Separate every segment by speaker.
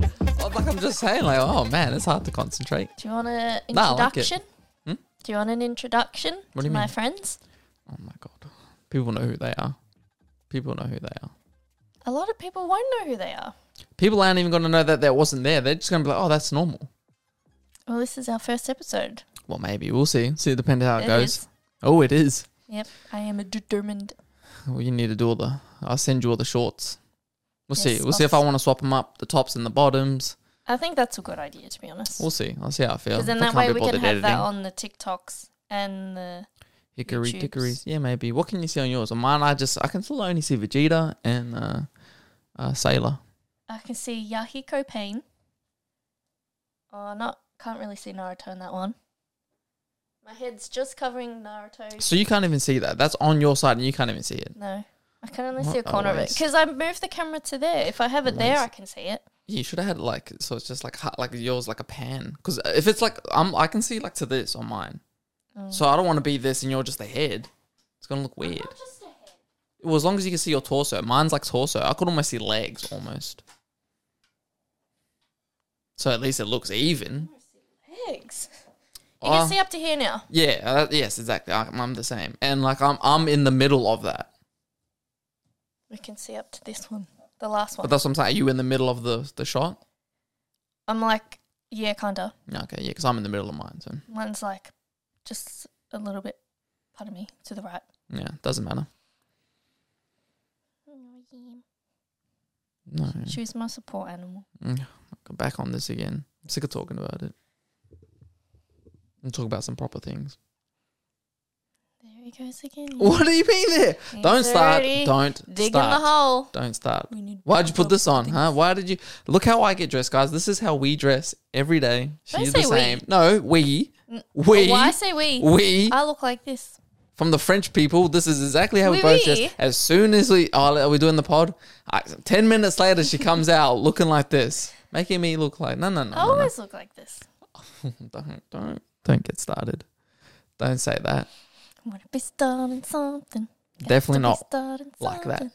Speaker 1: like I'm just saying, like, oh man, it's hard to concentrate.
Speaker 2: Do you want an
Speaker 1: No, I like it. Hmm?
Speaker 2: introduction? Do you want an introduction
Speaker 1: What do
Speaker 2: to
Speaker 1: you
Speaker 2: my
Speaker 1: mean?
Speaker 2: friends?
Speaker 1: Oh my god, people know who they are. People know who they are.
Speaker 2: A lot of people won't know who they are.
Speaker 1: People aren't even going to know that that wasn't there. They're just going to be like, oh, that's normal.
Speaker 2: Well, this is our first episode.
Speaker 1: Well, maybe we'll see. See, depend how it,
Speaker 2: It
Speaker 1: goes.
Speaker 2: is.
Speaker 1: Oh, it is.
Speaker 2: Yep, I am a determined.
Speaker 1: Well, you need to do all the. I'll send you all the shorts. We'll see.
Speaker 2: Yes,
Speaker 1: We'll see if I
Speaker 2: I'll-
Speaker 1: want to swap them up, the tops and the bottoms.
Speaker 2: I think that's a good idea, to be honest.
Speaker 1: We'll see. I'll see how I feel.
Speaker 2: Because then
Speaker 1: If I
Speaker 2: that
Speaker 1: can't
Speaker 2: way
Speaker 1: be
Speaker 2: we can
Speaker 1: bothered
Speaker 2: have that on the TikToks and the.
Speaker 1: Hickory
Speaker 2: YouTubes.
Speaker 1: dickories. Yeah, maybe. What can you see on yours? On mine, I just I can still only see Vegeta and uh, uh, Sailor.
Speaker 2: I can see Yahiko Pain. Oh, not can't really see Naruto in that one. My head's just covering Naruto.
Speaker 1: So you can't even see that. That's on your side, and you can't even see it.
Speaker 2: No, I can only
Speaker 1: What
Speaker 2: see a
Speaker 1: a
Speaker 2: corner of it
Speaker 1: waste.
Speaker 2: because I moved the camera to there. If I have it there,
Speaker 1: Waste.
Speaker 2: I can see it.
Speaker 1: Yeah, you should have had like so it's just like ha- like yours like a pan because if it's like I'm I can see like to this on mine,
Speaker 2: Mm.
Speaker 1: so I don't want to be this and you're just a head. It's gonna look weird. Well, as long as you can see your torso, mine's like torso. I could almost see legs almost. So at least it looks even.
Speaker 2: Eggs. You can
Speaker 1: Uh,
Speaker 2: see up to here now.
Speaker 1: Yeah. Uh, yes. Exactly. I, I'm the same, and like I'm I'm in the middle of that.
Speaker 2: We can see up to this one, the last one.
Speaker 1: But that's what I'm saying. Are you in the middle of the the shot?
Speaker 2: I'm like, yeah, kinda.
Speaker 1: Yeah, okay. Yeah, because I'm in the middle of mine. So
Speaker 2: Mine's like, just a little bit. Pardon me, to the right.
Speaker 1: yeah, doesn't matter. No.
Speaker 2: She was my support animal.
Speaker 1: Go back on this again. I'm sick of talking about it. And talk about some proper things.
Speaker 2: There he goes again.
Speaker 1: What do you mean there? Don't
Speaker 2: He's
Speaker 1: start.
Speaker 2: already
Speaker 1: Don't
Speaker 2: Digging
Speaker 1: start.
Speaker 2: the hole.
Speaker 1: Don't start.
Speaker 2: We need
Speaker 1: Why'd you
Speaker 2: proper
Speaker 1: put this on, huh? Why did you look how I get dressed, guys? This is how we dress every day.
Speaker 2: Don't
Speaker 1: She's the
Speaker 2: say we.
Speaker 1: same. No, we,
Speaker 2: N-
Speaker 1: we,
Speaker 2: Why say we? Uh,
Speaker 1: we.
Speaker 2: I look like this.
Speaker 1: from the French people. This is exactly how we
Speaker 2: Oui,
Speaker 1: both
Speaker 2: oui.
Speaker 1: just. As soon as we oh, are we doing the pod, I, ten minutes later she comes out looking like this, making me look like no, no, no,
Speaker 2: I
Speaker 1: no, no.
Speaker 2: always look like this.
Speaker 1: don't, don't, don't get started. Don't say that.
Speaker 2: I want to be starting something. Got
Speaker 1: Definitely
Speaker 2: to be
Speaker 1: not
Speaker 2: starting
Speaker 1: like that.
Speaker 2: something.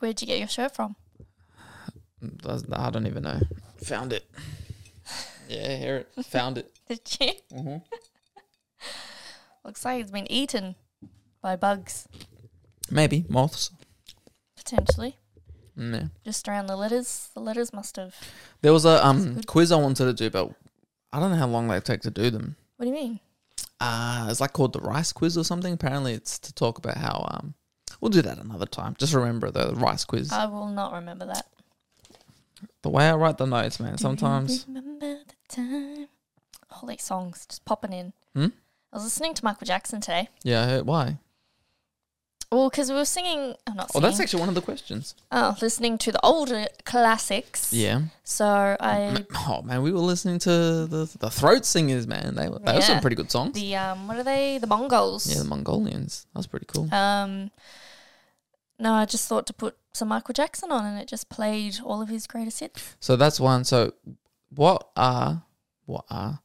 Speaker 2: Where'd you get your shirt from?
Speaker 1: Does- I don't even know. Found it. Yeah, hear it. Found it.
Speaker 2: Did you?
Speaker 1: Mhm.
Speaker 2: Looks like it's been eaten by bugs,
Speaker 1: Maybe moths.
Speaker 2: potentially.
Speaker 1: No.
Speaker 2: Just around the letters. The letters must have.
Speaker 1: There was a um quiz I wanted to do, but I don't know how long they take to do them.
Speaker 2: What do you mean?
Speaker 1: uh, it's like called the rice quiz or something. Apparently, it's to talk about how um, we'll do that another time. Just remember the rice quiz.
Speaker 2: I will not remember that.
Speaker 1: the way I write the notes, man.
Speaker 2: Do you
Speaker 1: Sometimes
Speaker 2: Remember the time. Holy songs just popping in.
Speaker 1: Hmm?
Speaker 2: I was listening to Michael Jackson today.
Speaker 1: yeah. I heard- Why?
Speaker 2: Well, because we were singing. I'm not
Speaker 1: Oh,
Speaker 2: singing.
Speaker 1: that's actually one of the questions.
Speaker 2: Oh, listening to the older classics.
Speaker 1: Yeah.
Speaker 2: So I
Speaker 1: Oh man, we were listening to the the throat singers, man. They were they were some
Speaker 2: Yeah.
Speaker 1: pretty good songs.
Speaker 2: the um what are they? The Mongols.
Speaker 1: yeah, the Mongolians. That was pretty cool.
Speaker 2: Um no, I just thought to put some Michael Jackson on and it just played all of his greatest hits.
Speaker 1: So that's one. So what are what are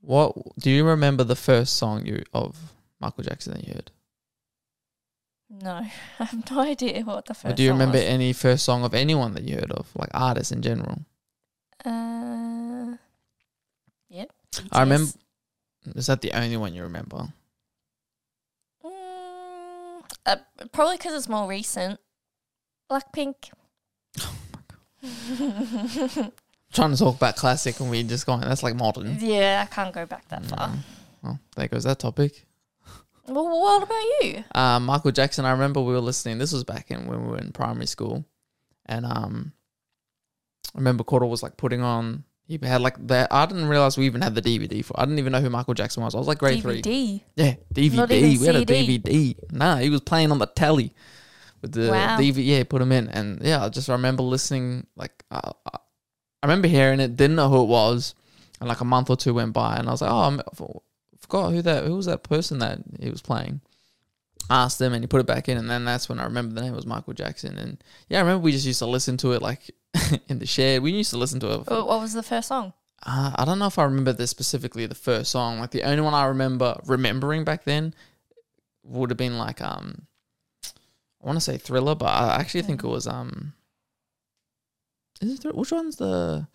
Speaker 1: what do you remember the first song you of Michael Jackson that you heard?
Speaker 2: No, I have no idea what the
Speaker 1: Or
Speaker 2: first
Speaker 1: do you
Speaker 2: song
Speaker 1: remember
Speaker 2: was.
Speaker 1: any first song of anyone that you heard of, like artists in general?
Speaker 2: Uh, yep.
Speaker 1: I
Speaker 2: BTS.
Speaker 1: remember. Is that the only one you remember?
Speaker 2: Mm, uh, probably because it's more recent. Blackpink.
Speaker 1: Oh Trying to talk about classic and we just going. That's like modern.
Speaker 2: yeah, I can't go back
Speaker 1: Mm.
Speaker 2: that far.
Speaker 1: Well, there goes that topic.
Speaker 2: Well, what about you?
Speaker 1: Uh, Michael Jackson. I remember we were listening. This was back in when we were in primary school, and um, I remember Cordell was like putting on. He had like that. I didn't realize we even had the DVD for. I didn't even know who Michael Jackson was. I was like grade three.
Speaker 2: DVD.
Speaker 1: Yeah, DVD.
Speaker 2: Not even
Speaker 1: we had a
Speaker 2: CD.
Speaker 1: DVD. Nah, he was playing on the telly with the
Speaker 2: Wow.
Speaker 1: DVD. Yeah, put him in, and yeah, I just remember listening. Like, uh, I I remember hearing it. Didn't know who it was, and like a month or two went by, and I was like, oh, I'm- I for- forgot who that who was that person that he was playing. Asked them, and he put it back in, and then that's when I remember the name was Michael Jackson. And yeah, I remember we just used to listen to it like in the shed. We used to listen to it. for-
Speaker 2: Wh- What was the first song?
Speaker 1: uh, I don't know if I remember this specifically the first song. Like the only one I remember remembering back then would have been like um, I want to say Thriller, but I actually think it was um, Is it through, which one's the?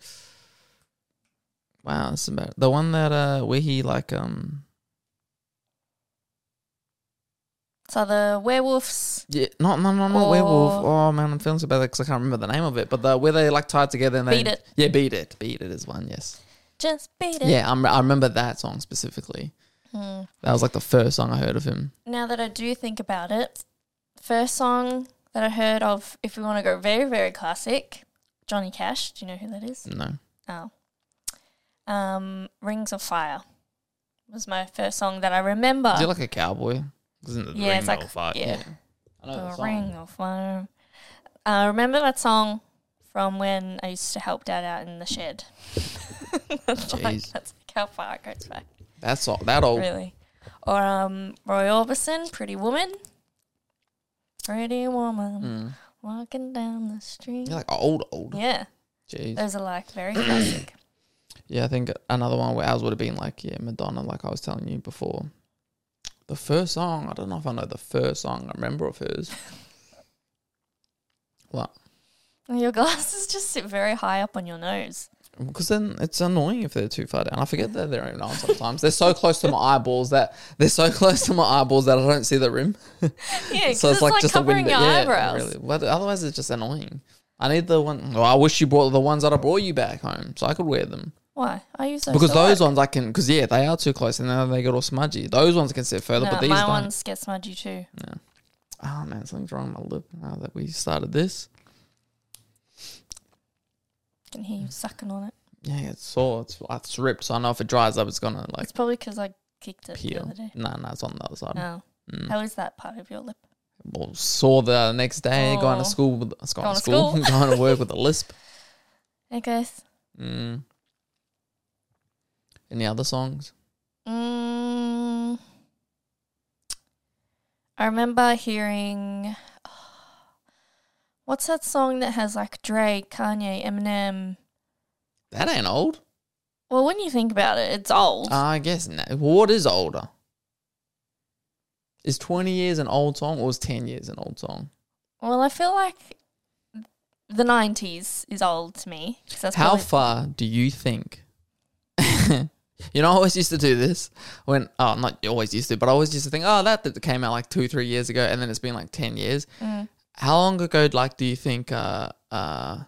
Speaker 1: Wow, it's about the one that uh where he like um
Speaker 2: So the werewolves.
Speaker 1: yeah not no no not
Speaker 2: Or-
Speaker 1: werewolf oh man I'm feeling so bad because I can't remember the name of it but the where they like tied together and they
Speaker 2: Beat It.
Speaker 1: yeah beat it beat it is one yes
Speaker 2: Just beat it.
Speaker 1: yeah I'm, I remember that song specifically
Speaker 2: Hmm.
Speaker 1: that was like the first song I heard of him
Speaker 2: Now that I do think about it, first song that I heard of, if we want to go very, very classic, Johnny Cash. Do you know who that is?
Speaker 1: no
Speaker 2: Oh. Um, Rings of Fire was my first song that I remember.
Speaker 1: is he like a cowboy isn't it the
Speaker 2: Yeah,
Speaker 1: ring
Speaker 2: it's like-
Speaker 1: bell fight?
Speaker 2: yeah.
Speaker 1: I know the
Speaker 2: the
Speaker 1: song.
Speaker 2: Ring of Fire. I remember that song from when I used to help Dad out in the shed. that's, like,
Speaker 1: Jeez. Oh.
Speaker 2: that's like how far it goes back,
Speaker 1: that song that old
Speaker 2: really. Or um, Roy Orbison, Pretty Woman. Pretty Woman.
Speaker 1: mm.
Speaker 2: Walking down the street.
Speaker 1: You're like old old
Speaker 2: yeah, Uh,
Speaker 1: jeez
Speaker 2: those are like very classic.
Speaker 1: Yeah, I think another one where ours would have been like, yeah, Madonna, like I was telling you before. The first song, I don't know if I know the first song I remember of hers. what?
Speaker 2: Your glasses just sit very high up on your nose.
Speaker 1: Because then it's annoying if they're too far down. I forget that they're even on sometimes. they're so close to my eyeballs that they're so close to my eyeballs that I don't see the rim.
Speaker 2: Yeah, 'cause
Speaker 1: so it's like, just a
Speaker 2: covering
Speaker 1: window.
Speaker 2: your
Speaker 1: yeah,
Speaker 2: eyebrows.
Speaker 1: really. But otherwise, it's just annoying. I need the one. Well, I wish you brought the ones that I brought you back home so I could wear them.
Speaker 2: Why? I use those
Speaker 1: Because
Speaker 2: to
Speaker 1: those
Speaker 2: work.
Speaker 1: ones I can, because yeah, they are too close, and then they get all smudgy. Those ones can sit further,
Speaker 2: No,
Speaker 1: but these
Speaker 2: my
Speaker 1: don't.
Speaker 2: ones get smudgy too.
Speaker 1: Oh man, something's wrong with my lip now that we started this.
Speaker 2: can hear
Speaker 1: Mm.
Speaker 2: you sucking on it.
Speaker 1: Yeah, it's sore. It's, it's ripped, so I know if it dries up, it's gonna like
Speaker 2: it's probably because I kicked it the
Speaker 1: peel.
Speaker 2: other day.
Speaker 1: No, no, it's on the other side.
Speaker 2: Oh,
Speaker 1: Mm.
Speaker 2: how is that part of your lip?
Speaker 1: Well, sore the next day, going
Speaker 2: Oh.
Speaker 1: to school, with, it's going
Speaker 2: Going
Speaker 1: to
Speaker 2: to
Speaker 1: school,
Speaker 2: school.
Speaker 1: going to work with a lisp.
Speaker 2: Hey guys.
Speaker 1: Mm. Any other songs?
Speaker 2: Mm, I remember hearing. What's that song that has like Drake, Kanye, Eminem?
Speaker 1: That ain't old.
Speaker 2: Well, when you think about it, it's old.
Speaker 1: I guess no. What is older? Is twenty years an old song, or is ten years an old song?
Speaker 2: well, I feel like the '90s is old to me. 'cause that's
Speaker 1: How
Speaker 2: probably-
Speaker 1: far do you think? you know, I always used to do this when, oh, not always used to, but I always used to think, oh, that, that came out like two, three years ago, and then it's been like 10 years.
Speaker 2: Mm.
Speaker 1: How long ago, like, do you think, uh, uh,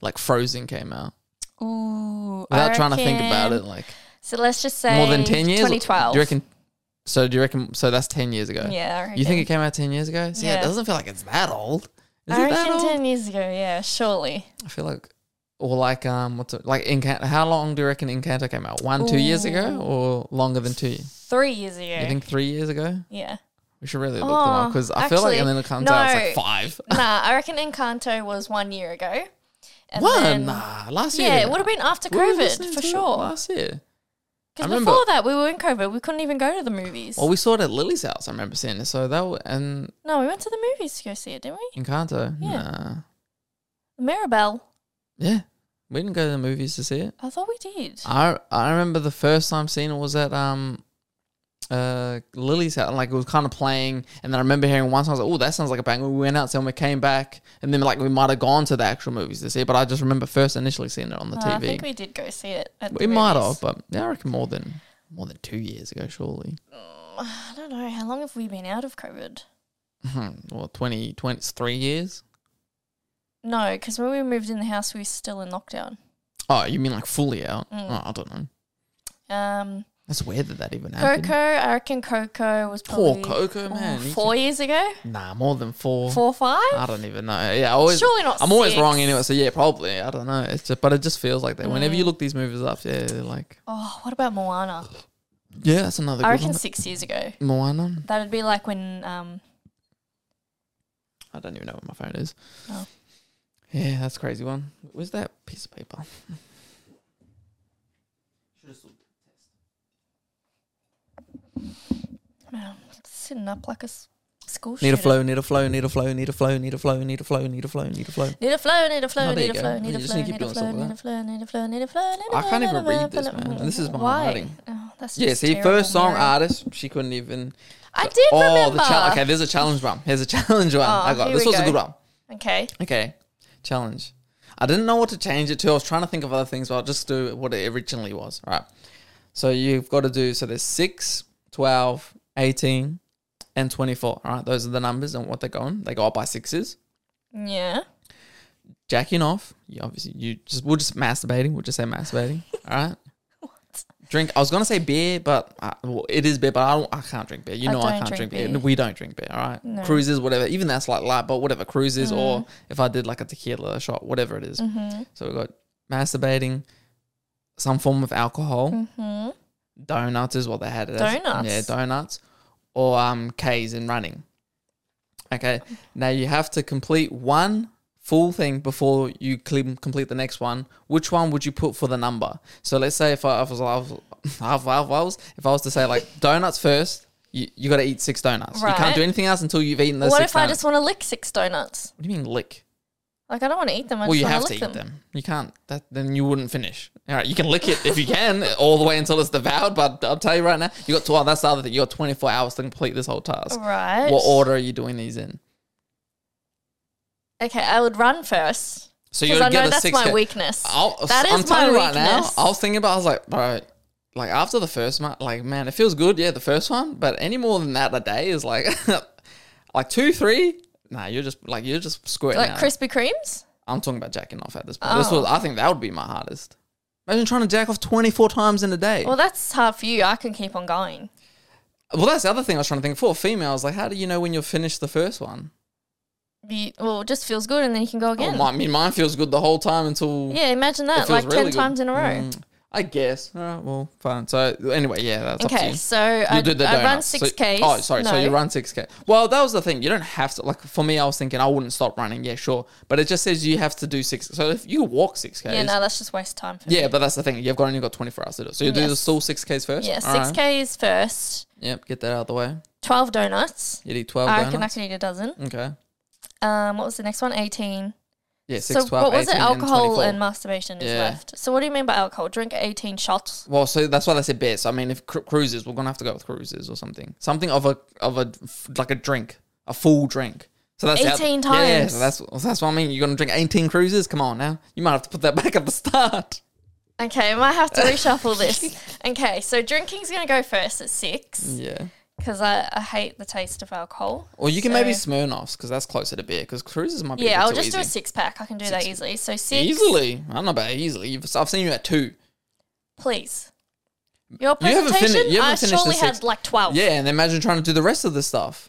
Speaker 1: like Frozen came out?
Speaker 2: Ooh, I
Speaker 1: Without trying to think about
Speaker 2: reckon-
Speaker 1: it, like,
Speaker 2: So let's just say
Speaker 1: more than 10 years?
Speaker 2: 2012.
Speaker 1: Do you reckon? So, do you reckon? So, that's 10 years ago.
Speaker 2: Yeah, I
Speaker 1: You think it
Speaker 2: reckon.
Speaker 1: came out 10 years ago? So, yeah, it
Speaker 2: Yeah.
Speaker 1: doesn't feel like it's that old. Is
Speaker 2: I
Speaker 1: it that
Speaker 2: reckon
Speaker 1: old?
Speaker 2: 10 years ago. Yeah, surely.
Speaker 1: I feel like, or like, um, what's it like? Encanto. How long do you reckon Encanto came out? One, two years ago,
Speaker 2: Ooh.
Speaker 1: or longer than two? years?
Speaker 2: Three years ago.
Speaker 1: You think three years ago?
Speaker 2: yeah.
Speaker 1: We should really look them up
Speaker 2: Oh,
Speaker 1: because I feel like, and
Speaker 2: actually,
Speaker 1: then it comes out it's like
Speaker 2: no.
Speaker 1: five.
Speaker 2: nah, I reckon Encanto was one year ago. And
Speaker 1: One,
Speaker 2: then-
Speaker 1: nah, last year.
Speaker 2: yeah, it would have been after
Speaker 1: We were listening
Speaker 2: COVID for
Speaker 1: to it
Speaker 2: sure.
Speaker 1: Last year. I
Speaker 2: Because
Speaker 1: remember-
Speaker 2: before that, we were in COVID. We couldn't even go to the movies.
Speaker 1: Well, we saw it at Lily's house. I remember seeing it. So that w- and
Speaker 2: no, we went to the movies to go see it, didn't we?
Speaker 1: Encanto.
Speaker 2: Yeah.
Speaker 1: Nah.
Speaker 2: Mirabelle.
Speaker 1: Yeah. We didn't go to the movies to see it.
Speaker 2: I thought we did.
Speaker 1: I I remember the first time seeing it was at um uh Lily's house. Like it was kind of playing, and then I remember hearing one song. I was like, "Oh, that sounds like a bang." We went out, and we came back, and then like we might have gone to the actual movies to see it. But I just remember first initially seeing it on the
Speaker 2: Uh,
Speaker 1: TV.
Speaker 2: I think we did go see it. At
Speaker 1: we
Speaker 2: the
Speaker 1: might have,
Speaker 2: movies.
Speaker 1: but yeah, I reckon more than more than two years ago, surely.
Speaker 2: I don't know. How long have we been out of COVID?
Speaker 1: well, 20, 20 it's three years.
Speaker 2: No, because when we moved in the house, we were still in lockdown.
Speaker 1: Oh, you mean like fully out?
Speaker 2: Mm.
Speaker 1: Oh, I don't know.
Speaker 2: Um,
Speaker 1: That's weird that that even happened.
Speaker 2: Coco, I reckon Coco was
Speaker 1: Poor
Speaker 2: probably
Speaker 1: Coco, man.
Speaker 2: ooh,
Speaker 1: You
Speaker 2: four years ago,
Speaker 1: can- Nah, more than four.
Speaker 2: four or five.
Speaker 1: I don't even know. Yeah, I always
Speaker 2: Surely not.
Speaker 1: I'm always
Speaker 2: six.
Speaker 1: wrong anyway, so yeah, probably. I don't know. It's just, but it just feels like that. Whenever
Speaker 2: Mm.
Speaker 1: you look these movies up, yeah, they're like
Speaker 2: Oh, what about Moana?
Speaker 1: yeah, that's another
Speaker 2: I
Speaker 1: good
Speaker 2: reckon
Speaker 1: one.
Speaker 2: six years ago.
Speaker 1: Moana.
Speaker 2: That'd be like when um
Speaker 1: I don't even know what my phone is.
Speaker 2: Oh.
Speaker 1: Yeah, that's a crazy one. Where's that piece of paper?
Speaker 2: man, sitting up like a s- school.
Speaker 1: Need a
Speaker 2: shooter.
Speaker 1: flow, need a flow, need a flow, need a flow, need a flow, need a flow, need a flow, need a flow.
Speaker 2: Need a flow, need a flow,
Speaker 1: Oh, there
Speaker 2: need
Speaker 1: you
Speaker 2: a
Speaker 1: go.
Speaker 2: flow, need
Speaker 1: You
Speaker 2: a
Speaker 1: just
Speaker 2: flow,
Speaker 1: need to keep
Speaker 2: need a
Speaker 1: doing
Speaker 2: flow,
Speaker 1: something
Speaker 2: need a flow, need a flow, need a flow, need a flow.
Speaker 1: I can't
Speaker 2: need a
Speaker 1: even
Speaker 2: flow,
Speaker 1: read this,
Speaker 2: flow,
Speaker 1: man.
Speaker 2: flow.
Speaker 1: This is my
Speaker 2: Why?
Speaker 1: writing.
Speaker 2: Oh, that's
Speaker 1: Yeah,
Speaker 2: just
Speaker 1: see,
Speaker 2: terrible,
Speaker 1: first song
Speaker 2: Mary.
Speaker 1: artist, she couldn't even.
Speaker 2: I did
Speaker 1: oh,
Speaker 2: remember.
Speaker 1: the challenge. Okay, there's a challenge one. Here's a challenge one.
Speaker 2: Oh,
Speaker 1: I got
Speaker 2: here
Speaker 1: this
Speaker 2: we
Speaker 1: was a
Speaker 2: go.
Speaker 1: good one.
Speaker 2: okay.
Speaker 1: Okay, challenge. I didn't know what to change it to. I was trying to think of other things, but I'll just do what it originally was. All right. So you've got to do, so there's 6, 12, 18, and 24. All right. Those are the numbers and what they're going. They go up by sixes.
Speaker 2: Yeah.
Speaker 1: Jacking off. You obviously, you just, we'll just masturbating. We'll just say masturbating. All right.
Speaker 2: What?
Speaker 1: Drink. I was gonna say beer, but I, well, it is beer, but I, don't, I can't drink beer. You
Speaker 2: I
Speaker 1: know I
Speaker 2: don't
Speaker 1: can't drink,
Speaker 2: drink
Speaker 1: beer.
Speaker 2: beer.
Speaker 1: We don't drink beer. All right,
Speaker 2: No. Mm.
Speaker 1: cruises, whatever. Even that's like light, but whatever cruises, or if I did like a tequila shot, whatever it is.
Speaker 2: Mm-hmm.
Speaker 1: So we got masturbating, some form of alcohol,
Speaker 2: Mm-hmm.
Speaker 1: donuts is what they had. It As.
Speaker 2: Donuts?
Speaker 1: Yeah, donuts, or um K's in running. Okay, now you have to complete one full thing before you cl- complete the next one. Which one would you put for the number? So let's say if I, if I was if I was if I was to say like donuts first, you you got to eat six donuts. You
Speaker 2: Right.
Speaker 1: can't do anything else until you've eaten those
Speaker 2: What
Speaker 1: six
Speaker 2: if I
Speaker 1: donuts.
Speaker 2: just want to lick six donuts?
Speaker 1: what do you mean lick?
Speaker 2: Like I don't want to eat them. I
Speaker 1: Well,
Speaker 2: just
Speaker 1: you
Speaker 2: want
Speaker 1: have
Speaker 2: to
Speaker 1: to
Speaker 2: lick
Speaker 1: eat
Speaker 2: them.
Speaker 1: them. You can't. That then you wouldn't finish. All right, you can lick it if you can all the way until it's devoured. But I'll tell you right now, you got twelve. That's the other thing. You got twenty four hours to complete this whole task.
Speaker 2: Right.
Speaker 1: What order are you doing these in?
Speaker 2: Okay, I would run first
Speaker 1: So you
Speaker 2: because
Speaker 1: got
Speaker 2: I
Speaker 1: to get
Speaker 2: know
Speaker 1: the
Speaker 2: that's
Speaker 1: six.
Speaker 2: my
Speaker 1: go-
Speaker 2: weakness.
Speaker 1: I'll,
Speaker 2: That
Speaker 1: I'm
Speaker 2: is my
Speaker 1: telling you right now.
Speaker 2: weakness.
Speaker 1: I was thinking about. I was like, bro, like after the first month, like man, it feels good. Yeah, the first one, but any more than that a day is like, like two, three. Nah, you're just like you're just squirting.
Speaker 2: like
Speaker 1: out.
Speaker 2: Krispy Kremes.
Speaker 1: I'm talking about jacking off at this point. This
Speaker 2: Oh.
Speaker 1: was, I think, that would be my hardest. Imagine trying to jack off 24 times in a day.
Speaker 2: Well,
Speaker 1: Well,
Speaker 2: that's hard for you. I can keep on going.
Speaker 1: that's the other thing I was trying to think for females. Like, how do you know when you've finished the first one?
Speaker 2: You, well, it just feels good, and then you can go
Speaker 1: Oh,
Speaker 2: again.
Speaker 1: my, I mean, mine feels good the whole time until
Speaker 2: yeah, imagine
Speaker 1: it
Speaker 2: that,
Speaker 1: feels
Speaker 2: like ten
Speaker 1: really good.
Speaker 2: times in a row.
Speaker 1: Mm, I guess. All right. Well, fine. So anyway, yeah, that's up to
Speaker 2: Okay,
Speaker 1: you.
Speaker 2: so I,
Speaker 1: You do the
Speaker 2: I run
Speaker 1: donuts.
Speaker 2: six
Speaker 1: So-
Speaker 2: k's.
Speaker 1: Oh, sorry. So
Speaker 2: No.
Speaker 1: you run six k. Well, that was the thing. You don't have to. Like for me, I was thinking I wouldn't stop running. Yeah, sure. But it just says you have to do six. So if you walk six k,
Speaker 2: Yeah, no, that's just waste time for me.
Speaker 1: Yeah, but that's the thing. You've got only got 24 hours to do it. So you do the
Speaker 2: Yes.
Speaker 1: full 6Ks first?
Speaker 2: Yeah,
Speaker 1: All right.
Speaker 2: six k's first.
Speaker 1: Yep, get that out of the way.
Speaker 2: Twelve donuts.
Speaker 1: You eat 12
Speaker 2: I reckon I
Speaker 1: donuts.
Speaker 2: could eat a dozen.
Speaker 1: okay.
Speaker 2: Um, what was the next one? Eighteen.
Speaker 1: Yeah, 6,
Speaker 2: so
Speaker 1: 12,
Speaker 2: what was it?
Speaker 1: 18,
Speaker 2: Alcohol
Speaker 1: 24.
Speaker 2: and, masturbation is
Speaker 1: Yeah.
Speaker 2: left. So what do you mean by alcohol? Drink eighteen shots.
Speaker 1: Well, so that's why they said beer. So, I mean, if cru- cruises, we're going to have to go with cruises or something. Something of a, of a, f- like a drink, a full drink. So that's how-
Speaker 2: 18
Speaker 1: Yeah, Yeah,
Speaker 2: times.
Speaker 1: so that's, so that's what I mean. You're going to drink 18 cruises? Come on now. You might have to put that back at the start.
Speaker 2: Okay, I might have to reshuffle this. Okay, so drinking's gonna go first at six
Speaker 1: Yeah.
Speaker 2: because I, I hate the taste of alcohol.
Speaker 1: Or you can maybe
Speaker 2: So-
Speaker 1: Smirnoffs because that's closer to beer because cruises might be
Speaker 2: yeah,
Speaker 1: a bit
Speaker 2: I'll
Speaker 1: too
Speaker 2: just do a
Speaker 1: easy.
Speaker 2: six pack. I can do that easily. So six,
Speaker 1: Easily. I don't know about easily. You've, I've seen you at two.
Speaker 2: please. Your
Speaker 1: You haven't fini-
Speaker 2: presentation,
Speaker 1: you haven't
Speaker 2: I
Speaker 1: finished the
Speaker 2: surely had
Speaker 1: six.
Speaker 2: like twelve.
Speaker 1: Yeah, and imagine trying to do the rest of the stuff.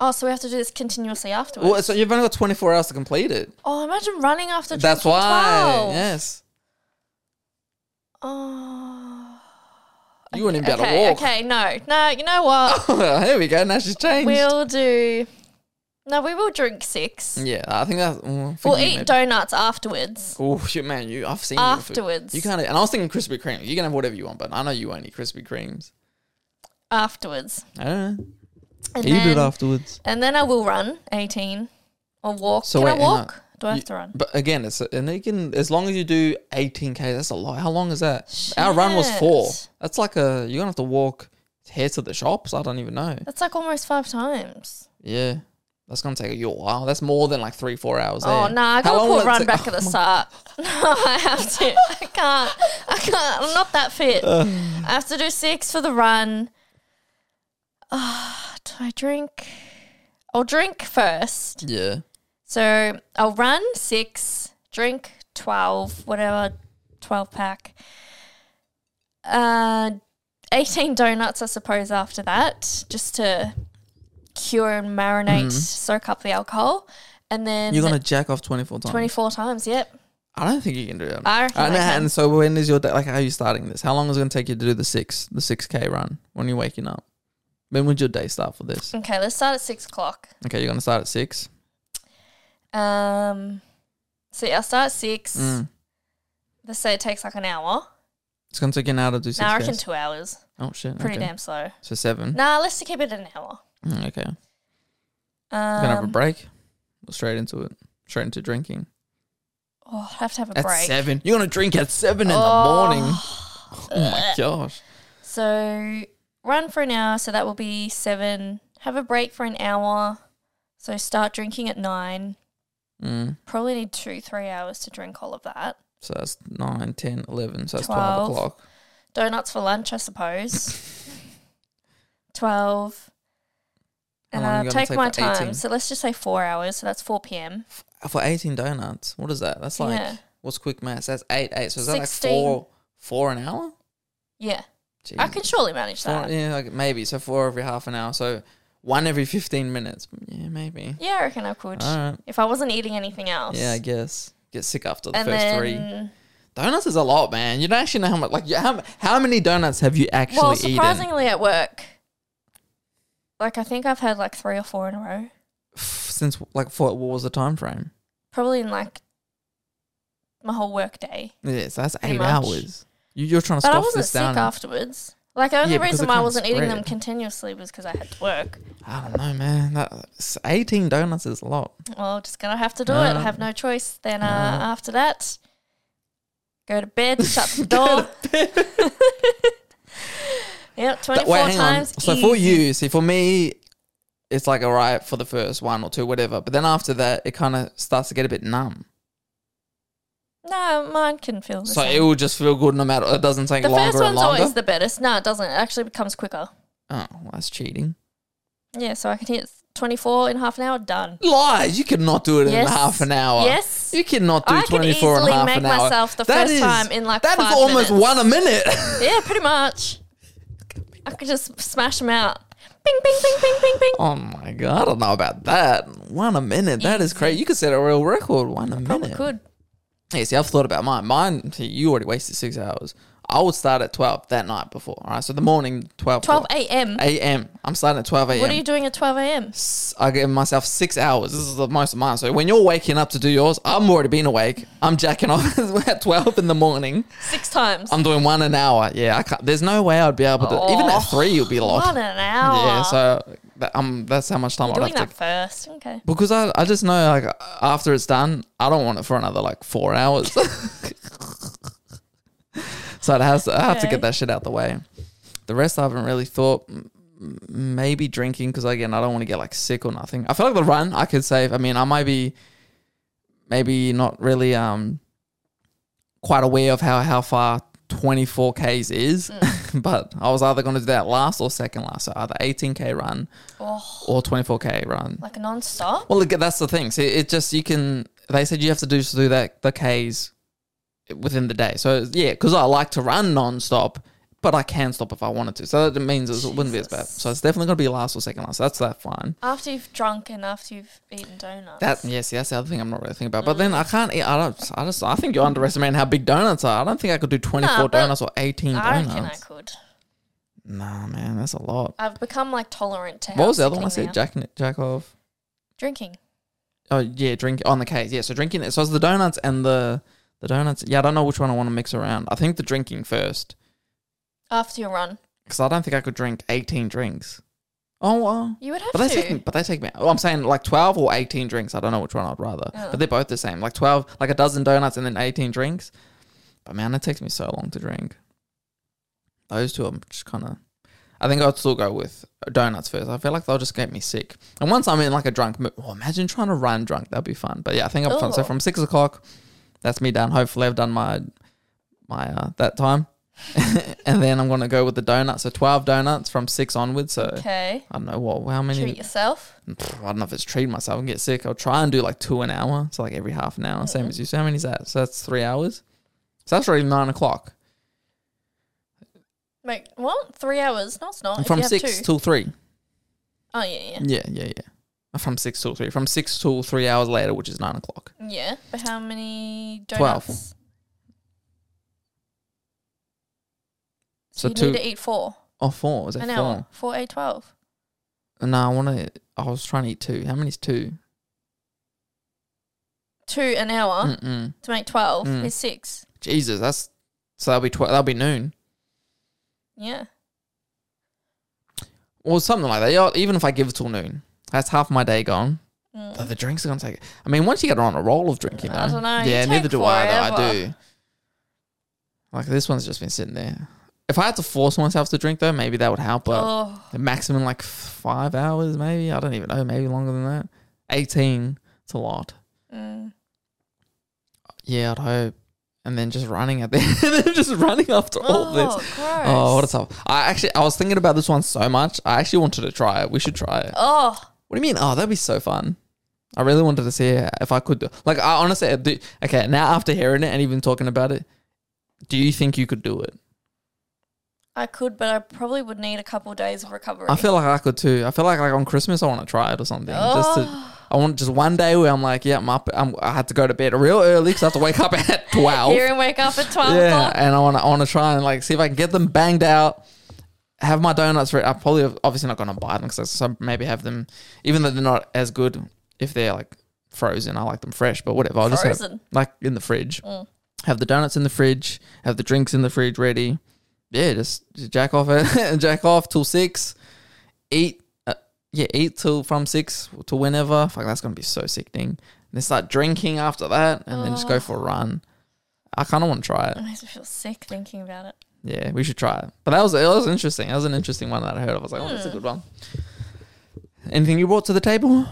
Speaker 2: Oh, so we have to do this continuously afterwards.
Speaker 1: Well, so you've only got 24 hours to complete it.
Speaker 2: oh, imagine running after
Speaker 1: That's
Speaker 2: drinking
Speaker 1: why.
Speaker 2: 12.
Speaker 1: Yes.
Speaker 2: Oh.
Speaker 1: You wouldn't even be able
Speaker 2: Okay,
Speaker 1: to walk.
Speaker 2: okay, no, no. You know what?
Speaker 1: Here we go. Now she's changed.
Speaker 2: we'll do. No, we will drink six.
Speaker 1: yeah, I think that's. Oh, I think
Speaker 2: We'll
Speaker 1: you
Speaker 2: eat
Speaker 1: maybe-
Speaker 2: donuts afterwards.
Speaker 1: Oh shit, man! You, I've seen
Speaker 2: Afterwards.
Speaker 1: You, you kind of, and I was thinking Krispy Kreme. You can have whatever you want, but I know you won't eat Krispy Kremes.
Speaker 2: Afterwards,
Speaker 1: I don't know.
Speaker 2: and
Speaker 1: eat
Speaker 2: then
Speaker 1: it afterwards.
Speaker 2: and then I will run eighteen or walk.
Speaker 1: So
Speaker 2: Can
Speaker 1: wait,
Speaker 2: I
Speaker 1: hang on.
Speaker 2: walk? Do I have to run?
Speaker 1: But again, it's and you can as long as you do 18k. That's a lot. How long is that? Our run was four.
Speaker 2: Shit.
Speaker 1: That's like a. You're gonna have to walk here to the shops. I don't even know.
Speaker 2: That's like almost five times.
Speaker 1: Yeah. That's gonna take you a while. That's more than like three, four hours.
Speaker 2: Oh
Speaker 1: there.
Speaker 2: no, I
Speaker 1: How
Speaker 2: gotta
Speaker 1: long will
Speaker 2: put
Speaker 1: it take-
Speaker 2: run
Speaker 1: Oh
Speaker 2: back at the start. No, I have to. I can't. I can't. I'm not that fit.
Speaker 1: Uh.
Speaker 2: I have to do six for the run. Ah, do I drink? I'll drink first.
Speaker 1: Yeah.
Speaker 2: So I'll run six, drink twelve, whatever, twelve pack. Uh, eighteen donuts, I suppose. After that, just to cure and marinate, soak up the alcohol, and then
Speaker 1: You're Mm. gonna jack off 24 times.
Speaker 2: twenty-four times. Yep.
Speaker 1: I don't think you can do that.
Speaker 2: I reckon
Speaker 1: And,
Speaker 2: I can.
Speaker 1: and so when is your day? Like, how are you starting this? How long is it gonna take you to do the six, the six k run when you're waking up? When would your day start for this?
Speaker 2: Okay, let's start at six o'clock.
Speaker 1: Okay, you're gonna start at six.
Speaker 2: Um, so yeah, I'll start at six.
Speaker 1: Mm.
Speaker 2: Let's say it takes like an hour.
Speaker 1: It's gonna take you an hour to do six.
Speaker 2: Now I reckon
Speaker 1: Ks.
Speaker 2: two hours.
Speaker 1: oh shit.
Speaker 2: Pretty
Speaker 1: okay.
Speaker 2: damn slow.
Speaker 1: So seven.
Speaker 2: Nah, let's keep it an hour.
Speaker 1: Mm, okay. You're gonna have a
Speaker 2: Um,
Speaker 1: break. Straight into it. Straight into drinking.
Speaker 2: oh, I have to have a
Speaker 1: At
Speaker 2: break.
Speaker 1: seven. You're gonna drink at seven in
Speaker 2: Oh.
Speaker 1: the morning. Oh my gosh.
Speaker 2: So run for an hour, so that will be seven. Have a break for an hour. So start drinking at nine.
Speaker 1: Mm.
Speaker 2: Probably need two, three hours to drink all of that.
Speaker 1: So that's 9, 10, 11. So that's 12
Speaker 2: Twelve.
Speaker 1: o'clock.
Speaker 2: Donuts for lunch, I suppose. 12.
Speaker 1: How
Speaker 2: And
Speaker 1: long are you
Speaker 2: I'll
Speaker 1: gonna
Speaker 2: take
Speaker 1: take
Speaker 2: my
Speaker 1: for
Speaker 2: time.
Speaker 1: 18?
Speaker 2: So let's just say four hours. So that's 4 p.m.
Speaker 1: For 18 donuts, what is that? That's like,
Speaker 2: Yeah.
Speaker 1: what's quick maths? That's 8, 8. So is that like
Speaker 2: 16.
Speaker 1: 4, 4 an hour?
Speaker 2: Yeah.
Speaker 1: Jeez.
Speaker 2: I can surely manage
Speaker 1: Four-
Speaker 2: that.
Speaker 1: yeah, like maybe. So four every half an hour. So one every 15 minutes. Yeah, maybe.
Speaker 2: Yeah, I reckon I could.
Speaker 1: All right.
Speaker 2: If I wasn't eating anything else.
Speaker 1: Yeah, I guess. Get sick after the
Speaker 2: and
Speaker 1: first
Speaker 2: then,
Speaker 1: three. Donuts is a lot, man. You don't actually know how much. Like, you, how, how many donuts have you actually
Speaker 2: well,
Speaker 1: eaten?
Speaker 2: surprisingly at work, like I think I've had like three or four in a row,
Speaker 1: Since like, for, what was the time frame?
Speaker 2: probably in like my whole work day.
Speaker 1: Yeah, so that's
Speaker 2: Pretty
Speaker 1: eight
Speaker 2: much.
Speaker 1: hours. You, you're trying to
Speaker 2: But I
Speaker 1: scoff
Speaker 2: wasn't
Speaker 1: this
Speaker 2: sick
Speaker 1: down.
Speaker 2: afterwards. Like the only
Speaker 1: Yeah, because
Speaker 2: reason
Speaker 1: it
Speaker 2: why I
Speaker 1: kinda
Speaker 2: wasn't eating them
Speaker 1: spread.
Speaker 2: continuously was because I had to work.
Speaker 1: I don't know, man. That's 18 donuts is a lot.
Speaker 2: Well, just gonna have to do it. I
Speaker 1: Ah.
Speaker 2: have no choice. Then uh,
Speaker 1: Ah.
Speaker 2: after that, go to bed, shut the
Speaker 1: Go
Speaker 2: door. yep, twenty
Speaker 1: But
Speaker 2: four
Speaker 1: wait, hang on.
Speaker 2: times.
Speaker 1: So for
Speaker 2: easy.
Speaker 1: you, see, for me, it's like all right for the first one or two, whatever. But then after that, it kind of starts to get a bit numb.
Speaker 2: no, mine can feel the
Speaker 1: So
Speaker 2: same.
Speaker 1: it will just feel good no matter. It doesn't take
Speaker 2: the
Speaker 1: longer
Speaker 2: first one's
Speaker 1: and longer.
Speaker 2: always the best. No, it doesn't. It actually becomes
Speaker 1: oh,
Speaker 2: quicker.
Speaker 1: well, that's cheating.
Speaker 2: Yeah, so I can hit 24 in half an hour, done.
Speaker 1: Lies! You cannot do it in
Speaker 2: Yes.
Speaker 1: half an hour.
Speaker 2: Yes.
Speaker 1: You cannot do
Speaker 2: I could
Speaker 1: 24 and
Speaker 2: easily
Speaker 1: half
Speaker 2: make
Speaker 1: an hour.
Speaker 2: myself the first time in, like,
Speaker 1: That is
Speaker 2: five
Speaker 1: almost
Speaker 2: minutes.
Speaker 1: one a minute.
Speaker 2: Yeah, pretty much. I could just smash them out. Bing, bing, bing, bing, bing, bing.
Speaker 1: oh my God, I don't know about that. One a minute. That is crazy. You could set a real record. One a
Speaker 2: Probably
Speaker 1: minute.
Speaker 2: could.
Speaker 1: Yeah, see, I've thought about mine. Mine, see, you already wasted six hours. I would start at 12 that night before. All right, so the morning, 12
Speaker 2: 12 a.m.
Speaker 1: a.m. I'm starting at 12 a.m.
Speaker 2: What are you doing at 12 a.m.?
Speaker 1: S- I give myself six hours. This is the most of mine. So when you're waking up to do yours, I'm already been awake. I'm jacking off at 12 in the morning.
Speaker 2: Six times.
Speaker 1: I'm doing one an hour. Yeah, I can't, there's no way I'd be able to. Even
Speaker 2: Oh,
Speaker 1: at three, you'll be like,
Speaker 2: One an hour.
Speaker 1: yeah. So that, um, that's how much time I'd
Speaker 2: Doing
Speaker 1: have to
Speaker 2: that first. Okay.
Speaker 1: because I, I just know like after it's done, I don't want it for another like four hours. so it has I have to
Speaker 2: Okay.
Speaker 1: get that shit out the way. The rest I haven't really thought. M- m- Maybe drinking because again I don't want to get like sick or nothing. I feel like the run I could save. I mean I might be maybe not really um quite aware of how how far 24 k's is, but I was either going to do that last or second last, so either 18k run
Speaker 2: Oh,
Speaker 1: or 24k run.
Speaker 2: like a non-stop?
Speaker 1: Well, look, that's the thing. See, it just you can. They said you have to do to do that the K's within the day. So yeah, because I like to run non-stop, but I can stop if I wanted to. So that means it wouldn't be as bad.
Speaker 2: Jesus.
Speaker 1: So it's definitely gonna be last or second last. That's that fine.
Speaker 2: After you've drunk and after you've eaten donuts.
Speaker 1: That yeah, see, that's the other thing I'm not really thinking about. But then I can't. eat I don't. I just. I think you're underestimating how big donuts are. I don't think I could do 24
Speaker 2: Nah, but
Speaker 1: donuts or 18
Speaker 2: I
Speaker 1: donuts.
Speaker 2: reckon I could.
Speaker 1: Nah, man, that's a lot.
Speaker 2: I've become like tolerant to
Speaker 1: What
Speaker 2: how
Speaker 1: was the other one I said?
Speaker 2: sickly they are.
Speaker 1: Jack Jack off.
Speaker 2: Drinking.
Speaker 1: Oh yeah, drink on the case. Yeah, so drinking. So it's the donuts and the the donuts. Yeah, I don't know which one I want to mix around. I think the drinking first
Speaker 2: After your run.
Speaker 1: because I don't think I could drink eighteen drinks. Oh well,
Speaker 2: You would have
Speaker 1: but they
Speaker 2: to.
Speaker 1: take me. But they take me. Oh, I'm saying like twelve or eighteen drinks. I don't know which one I'd rather.
Speaker 2: Oh.
Speaker 1: But they're both the same. Like twelve, like a dozen donuts and then eighteen drinks. But man, it takes me so long to drink. Those two, I'm just kind of. I think I'd still go with donuts first. I feel like they'll just get me sick. And once I'm in like a drunk mood, oh, imagine trying to run drunk. That'd be fun. But yeah, I think I'm from, so
Speaker 2: Ooh.
Speaker 1: from six o'clock. That's me done. Hopefully, I've done my my uh, that time, and then I'm gonna go with the donuts. So twelve donuts from six onwards. So
Speaker 2: Okay.
Speaker 1: I don't know what how many.
Speaker 2: Treat yourself.
Speaker 1: Pff, I don't know if it's treating myself and get sick. I'll try and do like two an hour, so like every half an hour,
Speaker 2: Mm-hmm.
Speaker 1: same as you. So how many is that? So that's three hours. So that's already nine o'clock.
Speaker 2: Wait, what? Three hours? No, it's not.
Speaker 1: And
Speaker 2: Oh, If
Speaker 1: from
Speaker 2: you have
Speaker 1: six
Speaker 2: two.
Speaker 1: till three.
Speaker 2: Oh yeah,
Speaker 1: Yeah, yeah, yeah. From six till three. From six till three hours later, which is nine o'clock.
Speaker 2: yeah, yeah. But how many
Speaker 1: Twelve.
Speaker 2: donuts?
Speaker 1: So
Speaker 2: So, you
Speaker 1: two-
Speaker 2: need to eat four
Speaker 1: Oh, four. Is it
Speaker 2: an
Speaker 1: four?
Speaker 2: hour. Four a twelve.
Speaker 1: No, I want to. I was trying to eat two. How many's two?
Speaker 2: Two an hour
Speaker 1: Mm-mm.
Speaker 2: to make twelve
Speaker 1: Mm.
Speaker 2: is six.
Speaker 1: Jesus, that's so that'll be twelve. That'll be noon
Speaker 2: Yeah.
Speaker 1: or something like that. Yeah, even if I give it till noon, that's half my day gone.
Speaker 2: Mm.
Speaker 1: The, the drinks are gonna take. I mean, once you get on a roll of drinking, though,
Speaker 2: I don't know, you
Speaker 1: Yeah, neither
Speaker 2: take
Speaker 1: do I. Though. I
Speaker 2: forever.
Speaker 1: do. Like this one's just been sitting there. If I had to force myself to drink, though, maybe that would help. But
Speaker 2: oh,
Speaker 1: the maximum like f- five hours, maybe I don't even know. Maybe longer than that. Eighteen. It's a lot.
Speaker 2: mm.
Speaker 1: Yeah, I'd hope. And then just running at the and then just running after all this.
Speaker 2: Oh, gross.
Speaker 1: Oh, what a tough. I actually, I was thinking about this one so much. I actually wanted to try it. We should try it.
Speaker 2: Oh,
Speaker 1: What do you mean? Oh, that'd be so fun. I really wanted to see if I could do. Like, I honestly, do, okay. Now after hearing it and even talking about it, do you think you could do it?
Speaker 2: I could, but I probably would need a couple days of recovery.
Speaker 1: I feel like I could too. I feel like like on Christmas I want to try it or something. Just to, I want just one day where I'm like, yeah, I'm up. I'm, I had to go to bed real early because I have to wake up at twelve.
Speaker 2: Here and wake up at 12
Speaker 1: yeah,
Speaker 2: o'clock.
Speaker 1: and I want to I want to try and like see if I can get them banged out. Have my donuts ready. I'm probably obviously not going to buy them because some maybe have them even though they're not as good if they're like frozen. I like them fresh, but whatever. I'll just have
Speaker 2: Frozen.
Speaker 1: like in the fridge.
Speaker 2: Mm.
Speaker 1: Have the donuts in the fridge. Have the drinks in the fridge ready. Yeah, just, just jack off it. jack off till six. Eat. Uh, yeah, eat till from six to whenever. Fuck, that's gonna be so sickening. And then start drinking after that, and then just go for a run. I kind of want to try it.
Speaker 2: It makes me feel sick thinking about it.
Speaker 1: Yeah, we should try it. But that was that was interesting. That was an interesting one that I heard of. I was like, oh, that's a good one. Anything you brought to the table?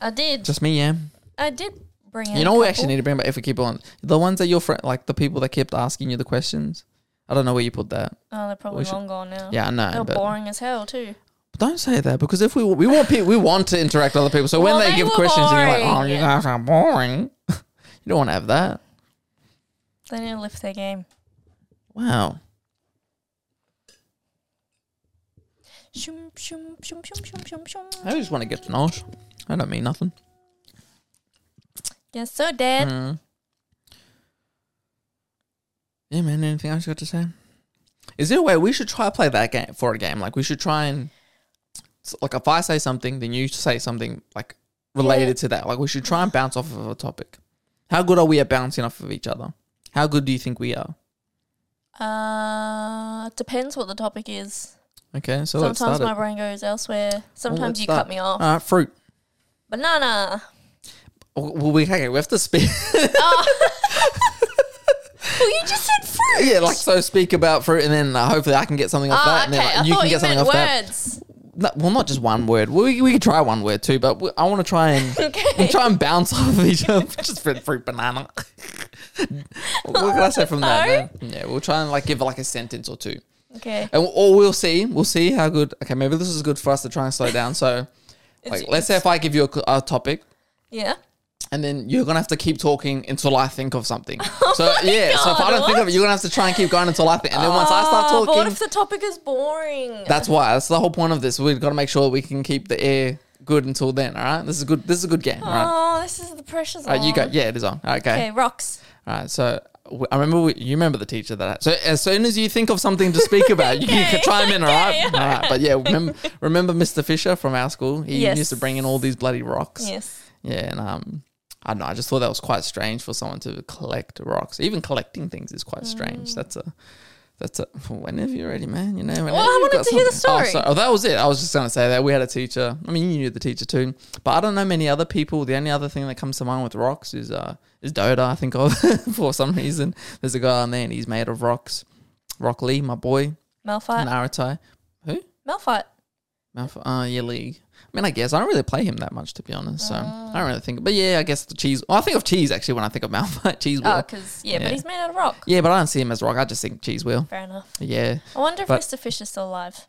Speaker 2: I did.
Speaker 1: Just me, yeah.
Speaker 2: I did bring in
Speaker 1: you
Speaker 2: a
Speaker 1: know, what we
Speaker 2: couple.
Speaker 1: actually need to bring back if we keep on the ones that your friend, like the people that kept asking you the questions. I don't know where you put that.
Speaker 2: Oh, they're probably
Speaker 1: should-
Speaker 2: long gone now.
Speaker 1: Yeah, I know.
Speaker 2: They're
Speaker 1: But
Speaker 2: boring as hell, too.
Speaker 1: don't say that because if we we want people, we want to interact with other people. So when
Speaker 2: Well,
Speaker 1: they,
Speaker 2: they
Speaker 1: give
Speaker 2: were
Speaker 1: questions, and you're like, oh,
Speaker 2: boring.
Speaker 1: you guys are boring. you don't want to have that.
Speaker 2: They need to lift their game.
Speaker 1: Wow.
Speaker 2: Shoom, shoom, shoom, shoom, shoom, shoom, shoom.
Speaker 1: I just want to get to know us. I don't mean nothing.
Speaker 2: Yes, so, Dad.
Speaker 1: Mm. Yeah, man. Anything else you got to say? Is there a way we should try to play that game for a game? Like we should try and s- like if I say something, then you say something like related
Speaker 2: Yeah.
Speaker 1: to that. Like we should try and bounce off of a topic. How good are we at bouncing off of each other? How good do you think we are?
Speaker 2: Uh, depends what the topic is.
Speaker 1: Okay, Mm. so let's
Speaker 2: Sometimes
Speaker 1: start
Speaker 2: my
Speaker 1: it.
Speaker 2: brain goes elsewhere. Sometimes
Speaker 1: let's
Speaker 2: you
Speaker 1: start. Ah.
Speaker 2: cut me off.
Speaker 1: All right, fruit.
Speaker 2: Banana.
Speaker 1: W- Well, we okay. We have to speak.
Speaker 2: Oh. Well, you just said fruit.
Speaker 1: yeah, like so. Speak about fruit, and then uh, hopefully I can get something off
Speaker 2: Oh,
Speaker 1: that, and
Speaker 2: okay.
Speaker 1: then
Speaker 2: I
Speaker 1: like, you
Speaker 2: thought
Speaker 1: can
Speaker 2: you
Speaker 1: get something
Speaker 2: meant
Speaker 1: off that.
Speaker 2: words.
Speaker 1: No, well, not just one word. We we could try one word too, but we, I want to try and
Speaker 2: Okay.
Speaker 1: we try and bounce off of each other. Just fruit, fruit banana. what can I say from that? man? Yeah, we'll try and like give like a sentence or two,
Speaker 2: Okay.
Speaker 1: and or we'll see. We'll see how good. Okay, maybe this is good for us to try and slow down. So, like, let's say if I give you a, a topic,
Speaker 2: Yeah.
Speaker 1: and then you're gonna have to keep talking until I think of something. so yeah, so if I
Speaker 2: Oh God,
Speaker 1: don't think of it,
Speaker 2: what?
Speaker 1: you're gonna have to try and keep going until I think. And then once I start
Speaker 2: Oh,
Speaker 1: talking,
Speaker 2: but what if the topic is boring?
Speaker 1: That's why. That's the whole point of this. We've got to make sure we can keep the air good until then. All right. This is good. This is a good game. All right.
Speaker 2: Oh, this is the pressure's
Speaker 1: All right. You go.
Speaker 2: on.
Speaker 1: Yeah, it is on. All right, okay.
Speaker 2: Okay, rocks.
Speaker 1: All right. So w- I remember we, you remember the teacher that. So as soon as you think of something to speak about, you can
Speaker 2: Okay,
Speaker 1: chime in. All
Speaker 2: okay,
Speaker 1: right. All right. But yeah, remember, remember Mr. Fisher from our school? He
Speaker 2: Yes.
Speaker 1: used to bring in all these bloody rocks.
Speaker 2: Yes.
Speaker 1: Yeah, and um, I don't know. I just thought that was quite strange for someone to collect rocks. Even collecting things is quite
Speaker 2: Mm.
Speaker 1: strange. That's a, that's a. Whenever you're ready, man. You know. Whenever
Speaker 2: I
Speaker 1: you've
Speaker 2: wanted
Speaker 1: got
Speaker 2: to hear the
Speaker 1: something- Oh,
Speaker 2: story.
Speaker 1: so, oh, that was it. I was just gonna say that we had a teacher. I mean, you knew the teacher too, but I don't know many other people. The only other thing that comes to mind with rocks is uh is Dota. I think of for some reason. There's a guy on there and he's made of rocks. Rock Lee, my boy,
Speaker 2: Malphite.
Speaker 1: Naruto. Who?
Speaker 2: Malphite.
Speaker 1: Mouth, uh, yeah, league. I mean, I guess I don't really play him that much, to be honest. So I don't really think. But yeah, I guess the cheese. Well, I think of cheese actually when I think of Malphite cheese wheel.
Speaker 2: Oh, because, yeah,
Speaker 1: Yeah.
Speaker 2: but he's made out of rock.
Speaker 1: Yeah, but I don't see him as rock. I just think cheese wheel.
Speaker 2: Fair enough.
Speaker 1: Yeah.
Speaker 2: I wonder if
Speaker 1: But-
Speaker 2: Mr. Fish is still alive.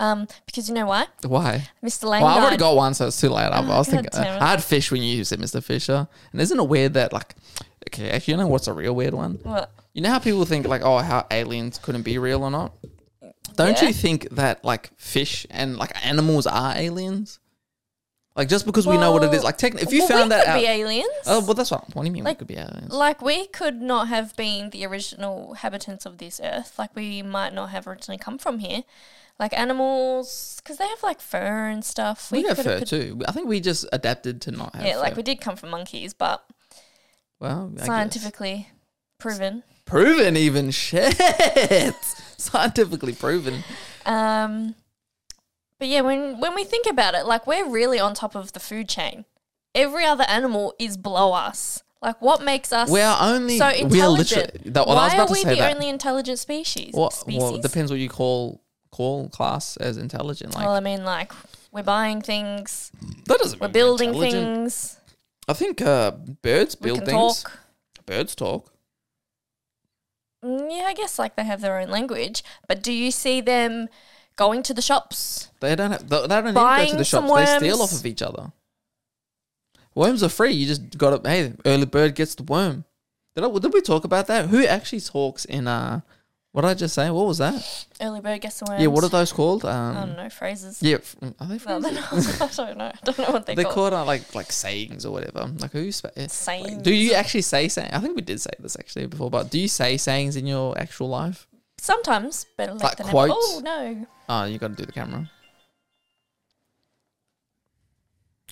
Speaker 2: Um, because you know why?
Speaker 1: Why?
Speaker 2: Mr. Lane
Speaker 1: Well, I already
Speaker 2: died.
Speaker 1: got one, so it's too late. I, I was
Speaker 2: Oh, God
Speaker 1: thinking.
Speaker 2: damn it.
Speaker 1: I had fish when you used it, Mr. Fisher. And isn't it weird that like? Okay, actually, you know what's a real weird one?
Speaker 2: What?
Speaker 1: You know how people think like, oh, how aliens couldn't be real or not? Don't
Speaker 2: Yeah.
Speaker 1: you think that like fish and like animals are aliens? Like just because we know what it is,
Speaker 2: Well,
Speaker 1: like technically, if you
Speaker 2: Well,
Speaker 1: found
Speaker 2: we
Speaker 1: that
Speaker 2: could
Speaker 1: out,
Speaker 2: be aliens.
Speaker 1: Oh, well, that's what. What do you mean? we
Speaker 2: Like-
Speaker 1: could be aliens.
Speaker 2: Like we could not have been the original habitants of this earth. Like we might not have originally come from here. Like animals, because they have like fur and stuff.
Speaker 1: We have
Speaker 2: could-
Speaker 1: fur
Speaker 2: could-
Speaker 1: too. I think we just adapted to not have.
Speaker 2: Yeah, like
Speaker 1: fur.
Speaker 2: we did come from monkeys, but
Speaker 1: well, I guess.
Speaker 2: scientifically proven.
Speaker 1: proven, even shit, scientifically proven.
Speaker 2: Um, but yeah, when when we think about it, like we're really on top of the food chain. Every other animal is below us. Like what makes us
Speaker 1: We are only
Speaker 2: so
Speaker 1: We are
Speaker 2: intelligent?
Speaker 1: literally. That, well, I was
Speaker 2: Why
Speaker 1: about
Speaker 2: are
Speaker 1: to
Speaker 2: we
Speaker 1: say
Speaker 2: the
Speaker 1: that.
Speaker 2: only intelligent species?
Speaker 1: What?
Speaker 2: species?
Speaker 1: Well, depends what you call call class as intelligent. Like
Speaker 2: well, I mean, like we're buying things,
Speaker 1: that doesn't.
Speaker 2: we're
Speaker 1: mean
Speaker 2: building
Speaker 1: intelligent.
Speaker 2: things,
Speaker 1: I think uh, birds
Speaker 2: we
Speaker 1: build
Speaker 2: can
Speaker 1: things.
Speaker 2: talk.
Speaker 1: Birds talk.
Speaker 2: Mm, Yeah, I guess like they have their own language. But do you see them going to the shops?
Speaker 1: They don't have, they, they don't even go to
Speaker 2: Buying
Speaker 1: the
Speaker 2: some
Speaker 1: shops. They steal
Speaker 2: worms.
Speaker 1: off of each other. Worms are free. You just got to hey, early bird gets the worm. Did, I, did we talk about that? Who actually talks in uh what did I just say? What was that?
Speaker 2: Early bird gets the worms.
Speaker 1: Yeah, what are those called?
Speaker 2: I don't
Speaker 1: Um
Speaker 2: know phrases.
Speaker 1: yeah, f- mm, are they
Speaker 2: No,
Speaker 1: phrases?
Speaker 2: they're not, I don't know. I don't know what they're,
Speaker 1: They're
Speaker 2: called.
Speaker 1: called uh, like like sayings or whatever. Like who spa- like,
Speaker 2: Sayings.
Speaker 1: do you actually say saying? I think we did say this actually before, but do you say sayings in your actual life?
Speaker 2: Sometimes, but like,
Speaker 1: Like
Speaker 2: than never.
Speaker 1: quotes?
Speaker 2: Oh no!
Speaker 1: Oh, you got to do the camera.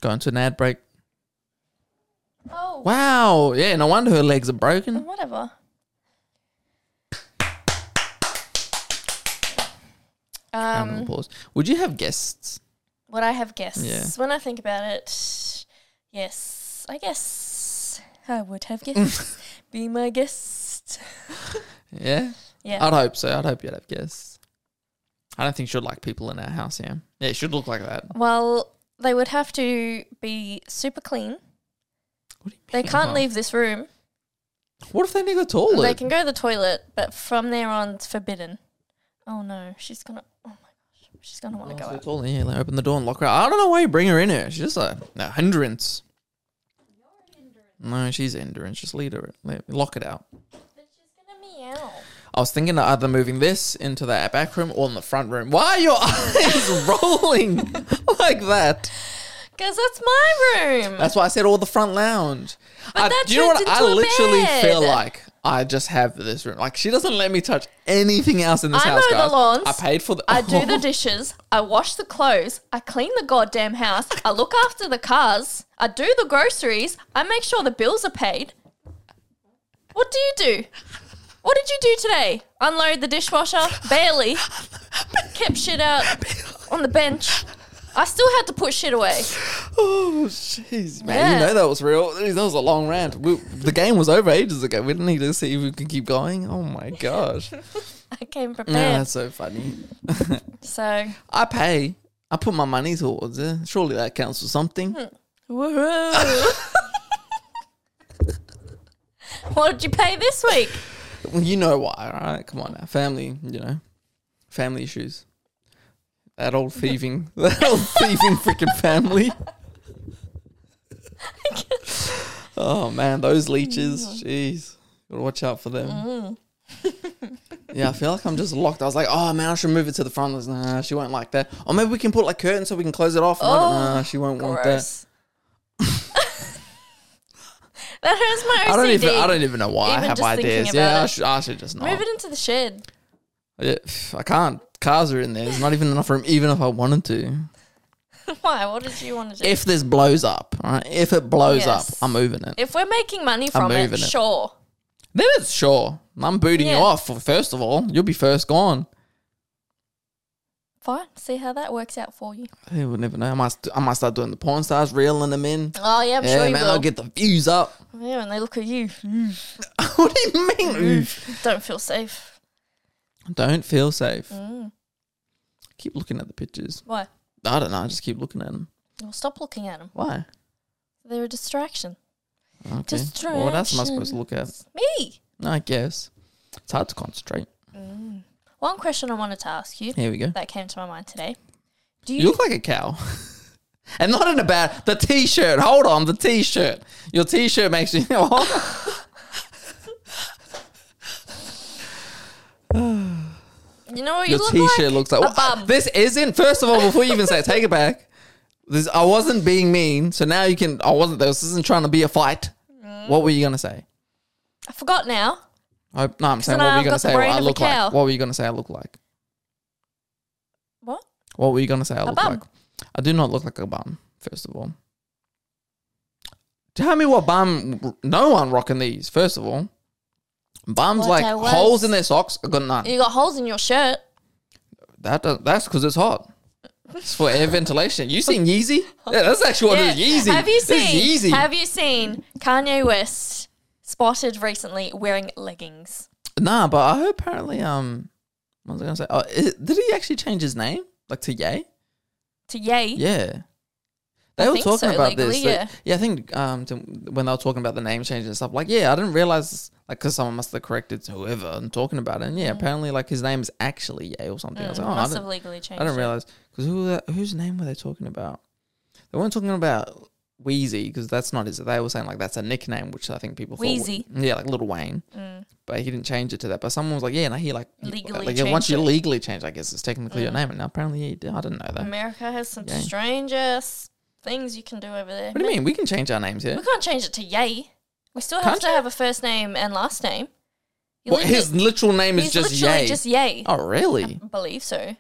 Speaker 1: Going to an ad break.
Speaker 2: Oh,
Speaker 1: Wow. Yeah, no wonder her legs are
Speaker 2: Um,
Speaker 1: broken.
Speaker 2: whatever.
Speaker 1: Round of
Speaker 2: Um,
Speaker 1: applause. Would you have guests?
Speaker 2: what I have guessed
Speaker 1: Yeah.
Speaker 2: when I think about it, yes, I guess I would have guessed. Be my guest.
Speaker 1: Yeah?
Speaker 2: Yeah.
Speaker 1: I'd hope so. I'd hope you'd have guests. I don't think she'd like people in our house, yeah. Yeah, it should look like that.
Speaker 2: well, they would have to be super clean.
Speaker 1: What do you
Speaker 2: They
Speaker 1: mean?
Speaker 2: can't
Speaker 1: Oh.
Speaker 2: leave this room.
Speaker 1: What if they need a toilet?
Speaker 2: They can go to the toilet, but from there on, it's forbidden. Oh no, she's gonna. Oh my gosh, she's gonna want to go
Speaker 1: Oh, so
Speaker 2: out.
Speaker 1: it's all in here. Like, open the door and lock her out. I don't know why you bring her in here. She's just a, a hindrance. No, she's a hindrance. Just lead her. let- Lock it out.
Speaker 2: But she's gonna meow.
Speaker 1: I was thinking of either moving this into the back room or in the front room. Why are your eyes rolling like that?
Speaker 2: Because that's my room.
Speaker 1: That's why I said all the front lounge.
Speaker 2: But
Speaker 1: I,
Speaker 2: that
Speaker 1: do you know what?
Speaker 2: turns
Speaker 1: I
Speaker 2: into a
Speaker 1: literally
Speaker 2: bed.
Speaker 1: feel like I just have this room. Like she doesn't let me touch anything else in this
Speaker 2: I
Speaker 1: house,
Speaker 2: mow the
Speaker 1: guys.
Speaker 2: lawns.
Speaker 1: I paid for the.
Speaker 2: I do the dishes. I wash the clothes. I clean the goddamn house. I look after the cars. I do the groceries. I make sure the bills are paid. What do you do? What did you do today? Unload the dishwasher? Barely. Kept shit out on the bench. I still had to put shit away.
Speaker 1: Oh jeez, man! You
Speaker 2: Yeah.
Speaker 1: know that was real. Jeez, That was a long rant. We, the game was over ages ago. We didn't need to see if we could keep going. Oh my gosh!
Speaker 2: I came
Speaker 1: Yeah,
Speaker 2: prepared.
Speaker 1: that's so funny.
Speaker 2: So,
Speaker 1: I pay. I put my money towards it. Surely that counts for something.
Speaker 2: woohoo. what did you pay this week?
Speaker 1: Well, you know why, right? Come on now, family. You know, family issues. That old thieving, that old thieving freaking family. oh man, those leeches.
Speaker 2: Mm-hmm.
Speaker 1: Jeez, gotta watch out for them.
Speaker 2: Mm.
Speaker 1: yeah, I feel like I'm just locked. I was like, oh man, I should move it to the front. I was, Nah, she won't like that. Or maybe we can put like curtains so we can close it off. And let it-
Speaker 2: Oh,
Speaker 1: nah, she won't want that.
Speaker 2: Gross. that hurts my OCD.
Speaker 1: I don't even. I don't even know why I
Speaker 2: Even
Speaker 1: have
Speaker 2: just thinking
Speaker 1: ideas.
Speaker 2: about
Speaker 1: Yeah, I
Speaker 2: it.
Speaker 1: should, I should just not.
Speaker 2: Move it into the shed.
Speaker 1: Yeah, I can't. Cars are in there. There's not even enough room, even if I wanted to.
Speaker 2: Why? What did you want to do? If,
Speaker 1: If this blows up, all right? If it blows
Speaker 2: Yes.
Speaker 1: up, I'm moving it.
Speaker 2: we're making money from it,
Speaker 1: moving it.
Speaker 2: sure.
Speaker 1: Then it's sure. I'm booting
Speaker 2: Yeah.
Speaker 1: you off. Well, First of all, you'll be first gone.
Speaker 2: Fine. See how that works out for you.
Speaker 1: Hey, we'll never know. I might, st- I might start doing the porn stars, reeling them in.
Speaker 2: Oh yeah, I'm
Speaker 1: yeah,
Speaker 2: sure you
Speaker 1: man,
Speaker 2: will.
Speaker 1: I'll get the views up.
Speaker 2: yeah, and they look at you.
Speaker 1: what do you mean? Oof.
Speaker 2: Don't feel safe.
Speaker 1: Don't feel safe.
Speaker 2: Mm.
Speaker 1: Keep looking at the pictures.
Speaker 2: Why?
Speaker 1: I don't know. I just keep looking at them.
Speaker 2: Well, stop looking at them.
Speaker 1: Why?
Speaker 2: They're a distraction.
Speaker 1: Okay. Well, what else am I supposed to look at?
Speaker 2: Me.
Speaker 1: I guess it's hard to concentrate.
Speaker 2: One question I wanted to ask you
Speaker 1: Here we go.
Speaker 2: that came to my mind today. Do
Speaker 1: You look like a cow. and not in a bad the t shirt. Hold on, the t shirt. Your t shirt makes you
Speaker 2: you know what you
Speaker 1: Your
Speaker 2: look
Speaker 1: t shirt
Speaker 2: like?
Speaker 1: looks like
Speaker 2: a
Speaker 1: What?
Speaker 2: bum.
Speaker 1: This isn't first of all, before you even say it, take it back. This I wasn't being mean, so now you can I wasn't this isn't trying to be a fight. What were you gonna say?
Speaker 2: I forgot now.
Speaker 1: I, no, I'm saying what
Speaker 2: then
Speaker 1: were
Speaker 2: I've
Speaker 1: you gonna
Speaker 2: got the
Speaker 1: say what
Speaker 2: brain
Speaker 1: I
Speaker 2: of a
Speaker 1: look
Speaker 2: cow.
Speaker 1: like? What were you gonna say I look like?
Speaker 2: What?
Speaker 1: What were you gonna say I look
Speaker 2: bum.
Speaker 1: like? I do not look like a bum, first of all. Tell me what bum no one rocking these, first of all. Bums
Speaker 2: What
Speaker 1: like
Speaker 2: I was.
Speaker 1: holes in their socks, I got none.
Speaker 2: You got holes in your shirt.
Speaker 1: That does, that's because it's hot. It's for air ventilation. You seen Yeezy? Yeah, that's actually what it is. Yeezy.
Speaker 2: Have you seen?
Speaker 1: This is Yeezy.
Speaker 2: Have you seen Kanye West spotted recently wearing leggings?
Speaker 1: nah, but I heard apparently um what was I gonna say? Oh, i- did he actually change his name? Like to Ye?
Speaker 2: To yay,
Speaker 1: Yeah. They
Speaker 2: I
Speaker 1: were
Speaker 2: think
Speaker 1: talking
Speaker 2: so,
Speaker 1: about this.
Speaker 2: legally,
Speaker 1: They-
Speaker 2: yeah.
Speaker 1: I think um, to, when they were talking about the name change and stuff, like, yeah, I didn't realize, like, because someone must have corrected whoever and talking about it. And yeah, apparently, like, his name is actually Ye or something. I was like, oh, I
Speaker 2: Mm. must have
Speaker 1: didn't,
Speaker 2: Mm, legally changed.
Speaker 1: I didn't
Speaker 2: it.
Speaker 1: realize. Because who, were that- whose name were they talking about? They weren't talking about Wheezy because that's not his. They were saying, like, that's a nickname, which I think people thought.
Speaker 2: Wheezy.
Speaker 1: Yeah, like Little Wayne.
Speaker 2: Mm.
Speaker 1: But he didn't change it to that. But someone was like, yeah, and he, like,
Speaker 2: Legally
Speaker 1: like, yeah, once
Speaker 2: changed
Speaker 1: you
Speaker 2: it. Mm.
Speaker 1: legally change, I guess it's technically your name. And apparently, he did. I didn't know that.
Speaker 2: America has some
Speaker 1: Yeah.
Speaker 2: strange ass things you can do over there.
Speaker 1: What do you mean? We can change our names here.
Speaker 2: We can't change it to Yay. We still have
Speaker 1: Can't
Speaker 2: to
Speaker 1: you?
Speaker 2: have a first name and last name. You
Speaker 1: Well,
Speaker 2: literally-
Speaker 1: his literal name is
Speaker 2: he's
Speaker 1: just
Speaker 2: literally
Speaker 1: Yay.
Speaker 2: just Yay.
Speaker 1: Oh, really?
Speaker 2: I believe so.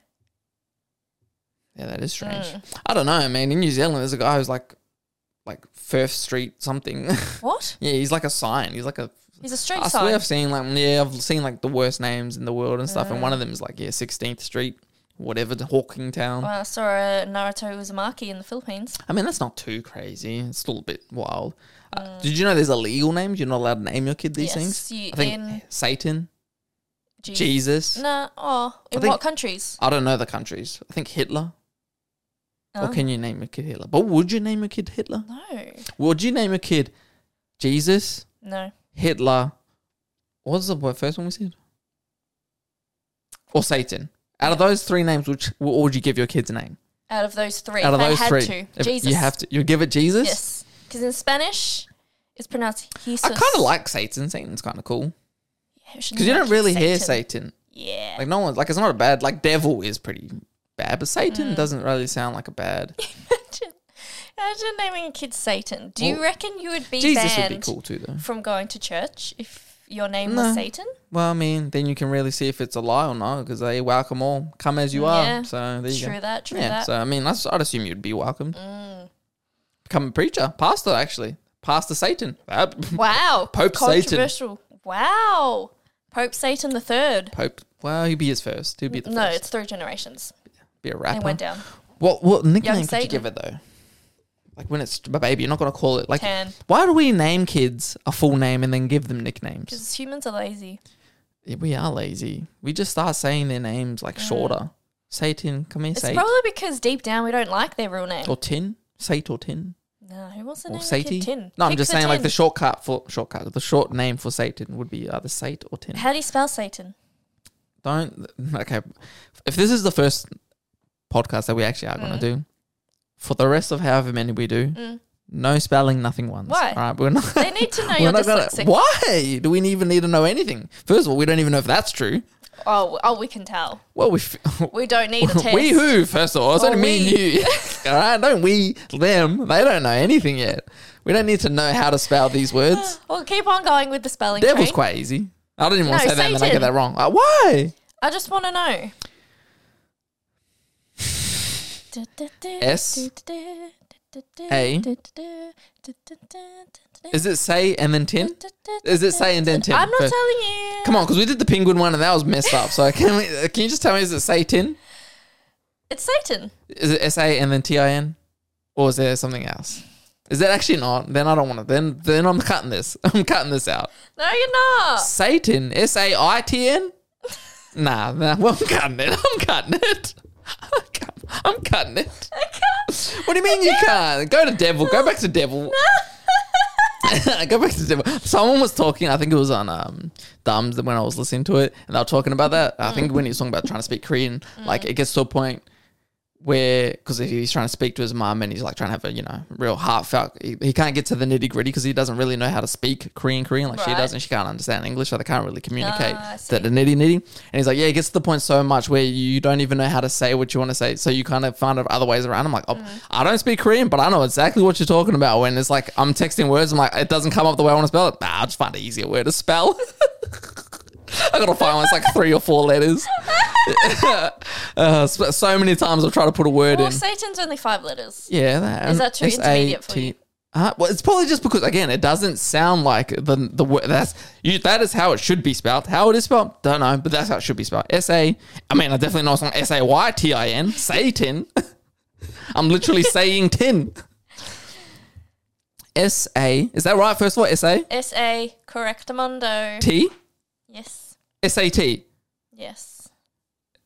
Speaker 1: Yeah, that is strange.
Speaker 2: Mm.
Speaker 1: I don't know, man. In New Zealand, there's a guy who's like, like Firth Street something.
Speaker 2: What?
Speaker 1: yeah, he's like a sign. He's like a.
Speaker 2: He's a
Speaker 1: I
Speaker 2: street
Speaker 1: swear
Speaker 2: sign. Mm.
Speaker 1: I've seen like yeah, I've seen like the worst names in the world and stuff, and one of them is like yeah, Sixteenth Street, whatever, Hawking Town.
Speaker 2: When I saw a Naruto Uzumaki in the Philippines.
Speaker 1: I mean, that's not too crazy. It's still a bit wild. Uh, did you know there's illegal names? You're not allowed to name your kid these
Speaker 2: Mm. Yes,
Speaker 1: things.
Speaker 2: you-
Speaker 1: I think
Speaker 2: in-
Speaker 1: Satan,
Speaker 2: Jeez.
Speaker 1: Jesus.
Speaker 2: Nah. Oh, in
Speaker 1: think-
Speaker 2: what countries?
Speaker 1: I don't know the countries. I think Hitler.
Speaker 2: Oh.
Speaker 1: Or can you name a kid Hitler? But would you name a kid Hitler?
Speaker 2: No.
Speaker 1: Would you name a kid Jesus,
Speaker 2: No.
Speaker 1: Hitler? What was the wo- first one we said? Or Satan? Out of those three names, which what would you give your kids a name?
Speaker 2: Out of those three,
Speaker 1: Out of
Speaker 2: if
Speaker 1: those
Speaker 2: I had
Speaker 1: three,
Speaker 2: to,
Speaker 1: if
Speaker 2: Jesus.
Speaker 1: you have to. You give it Jesus.
Speaker 2: Yes, because in Spanish, it's pronounced Jesus.
Speaker 1: I kind of like Satan. Satan's kind of cool because
Speaker 2: because
Speaker 1: you don't really hear Satan.
Speaker 2: Yeah.
Speaker 1: Like no one's like it's not a bad like devil is pretty bad, but
Speaker 2: Mm.
Speaker 1: Satan doesn't really sound like a bad.
Speaker 2: Imagine, imagine naming a kid Satan. Do you
Speaker 1: Well,
Speaker 2: reckon you would be
Speaker 1: Jesus would
Speaker 2: banned
Speaker 1: be cool too though.
Speaker 2: from going to church if your name
Speaker 1: No.
Speaker 2: was Satan?
Speaker 1: Well, I mean, then you can really see if it's a lie or not because they welcome all, come as you
Speaker 2: Yeah.
Speaker 1: are. So there you
Speaker 2: True
Speaker 1: go.
Speaker 2: that. True
Speaker 1: yeah.
Speaker 2: that. Mm.
Speaker 1: So I mean, that's, I'd assume you'd be welcomed. Become a preacher, pastor, actually, pastor Satan. That-
Speaker 2: Wow.
Speaker 1: Pope Satan.
Speaker 2: Controversial. Wow. Pope Satan the third.
Speaker 1: Pope. Well, he'd be his first. He'd be the
Speaker 2: No,
Speaker 1: first.
Speaker 2: it's three generations.
Speaker 1: Be a
Speaker 2: They
Speaker 1: rapper.
Speaker 2: went down.
Speaker 1: What what nickname could
Speaker 2: Satan.
Speaker 1: you give it though? Like when it's a baby, you're not gonna call it like.
Speaker 2: Tan.
Speaker 1: Why do we name kids a full name and then give them nicknames?
Speaker 2: Because humans are lazy.
Speaker 1: Yeah, we are lazy. We just start saying their names like shorter. Satan, come here,
Speaker 2: Mm. It's
Speaker 1: Satan.
Speaker 2: probably because deep down we don't like their real name.
Speaker 1: or Tin, Sate or Tin.
Speaker 2: No, who wants to
Speaker 1: or
Speaker 2: name a
Speaker 1: Satie.
Speaker 2: kid Tin?
Speaker 1: No, I'm
Speaker 2: Pick
Speaker 1: just
Speaker 2: the
Speaker 1: saying like
Speaker 2: tin.
Speaker 1: the shortcut for shortcut. The short name for Satan would be either Sate or Tin.
Speaker 2: How do you spell Satan?
Speaker 1: Don't okay. If this is the first podcast that we actually are
Speaker 2: Mm.
Speaker 1: going to do, for the rest of however many we do, no spelling, nothing once.
Speaker 2: Why?
Speaker 1: All right, we're not.
Speaker 2: They need to know
Speaker 1: we're
Speaker 2: you're
Speaker 1: not gonna,
Speaker 2: dyslexic.
Speaker 1: why do we even need to know anything? First of all, we don't even know if that's true.
Speaker 2: Oh, oh, we can tell.
Speaker 1: Well, we f-
Speaker 2: We don't need a test.
Speaker 1: we who first of all, it's
Speaker 2: Well,
Speaker 1: only me and
Speaker 2: we.
Speaker 1: you. all right, don't we them? They don't know anything yet. We don't need to know how to spell these words.
Speaker 2: Well, keep on going with the spelling.
Speaker 1: Devil's
Speaker 2: train.
Speaker 1: quite easy. I didn't even want to
Speaker 2: No,
Speaker 1: say that and then I get
Speaker 2: Satan.
Speaker 1: that wrong. Uh, why?
Speaker 2: I just want to know. S
Speaker 1: A. Is it say and then tin? Is it say and then tin?
Speaker 2: I'm not
Speaker 1: First-
Speaker 2: telling you.
Speaker 1: Come on, because we did the penguin one and that was messed up. So can we? uh, Can you just tell me? Is it say tin?
Speaker 2: It's Satan.
Speaker 1: Is it S A and then T I N, or is there something else? Is that actually not? Then I don't want to. Then then I'm cutting this. I'm cutting this out.
Speaker 2: No, you're not.
Speaker 1: Satan. S A I T N. Nah, nah. Well, I'm cutting it. I'm cutting it. I'm cut- I'm cutting it. What do you mean you can't? Go to devil. Go back to devil. Go back to devil. Someone was talking. I think it was on um Thumbs when I was listening to it, and they were talking about that. I think when he was talking about trying to speak Korean, like it gets to a point where because he's trying to speak to his mum and he's like trying to have a you know real heartfelt. He, he can't get to the nitty gritty because he doesn't really know how to speak Korean Korean like she
Speaker 2: Right.
Speaker 1: doesn't. She can't understand English, so they can't really communicate
Speaker 2: Ah, I see.
Speaker 1: that the nitty nitty. And he's like, yeah, it gets to the point so much where you don't even know how to say what you want to say, so you kind of find out other ways around. I'm like, oh,
Speaker 2: Mm.
Speaker 1: I don't speak Korean, but I know exactly what you're talking about. When it's like I'm texting words, I'm like, it doesn't come up the way I want to spell it. Nah, I'll just find an easier way to spell. I gotta find one. It's like three or four letters. uh, so so many times I've tried to put a word
Speaker 2: Well,
Speaker 1: in.
Speaker 2: Satan's only five letters.
Speaker 1: Yeah, that, um,
Speaker 2: Is that too intermediate for you?
Speaker 1: Uh, well, it's probably just because again, it doesn't sound like the the word that's you. That is how it should be spelled. How it is spelled, don't know, but that's how it should be spelled. S A. I mean, I definitely know it's not S A Y T I N. Satan. I'm literally saying tin. S A. Is that right? First of all, S A
Speaker 2: S A correctamundo.
Speaker 1: T
Speaker 2: Yes.
Speaker 1: S A T.
Speaker 2: Yes.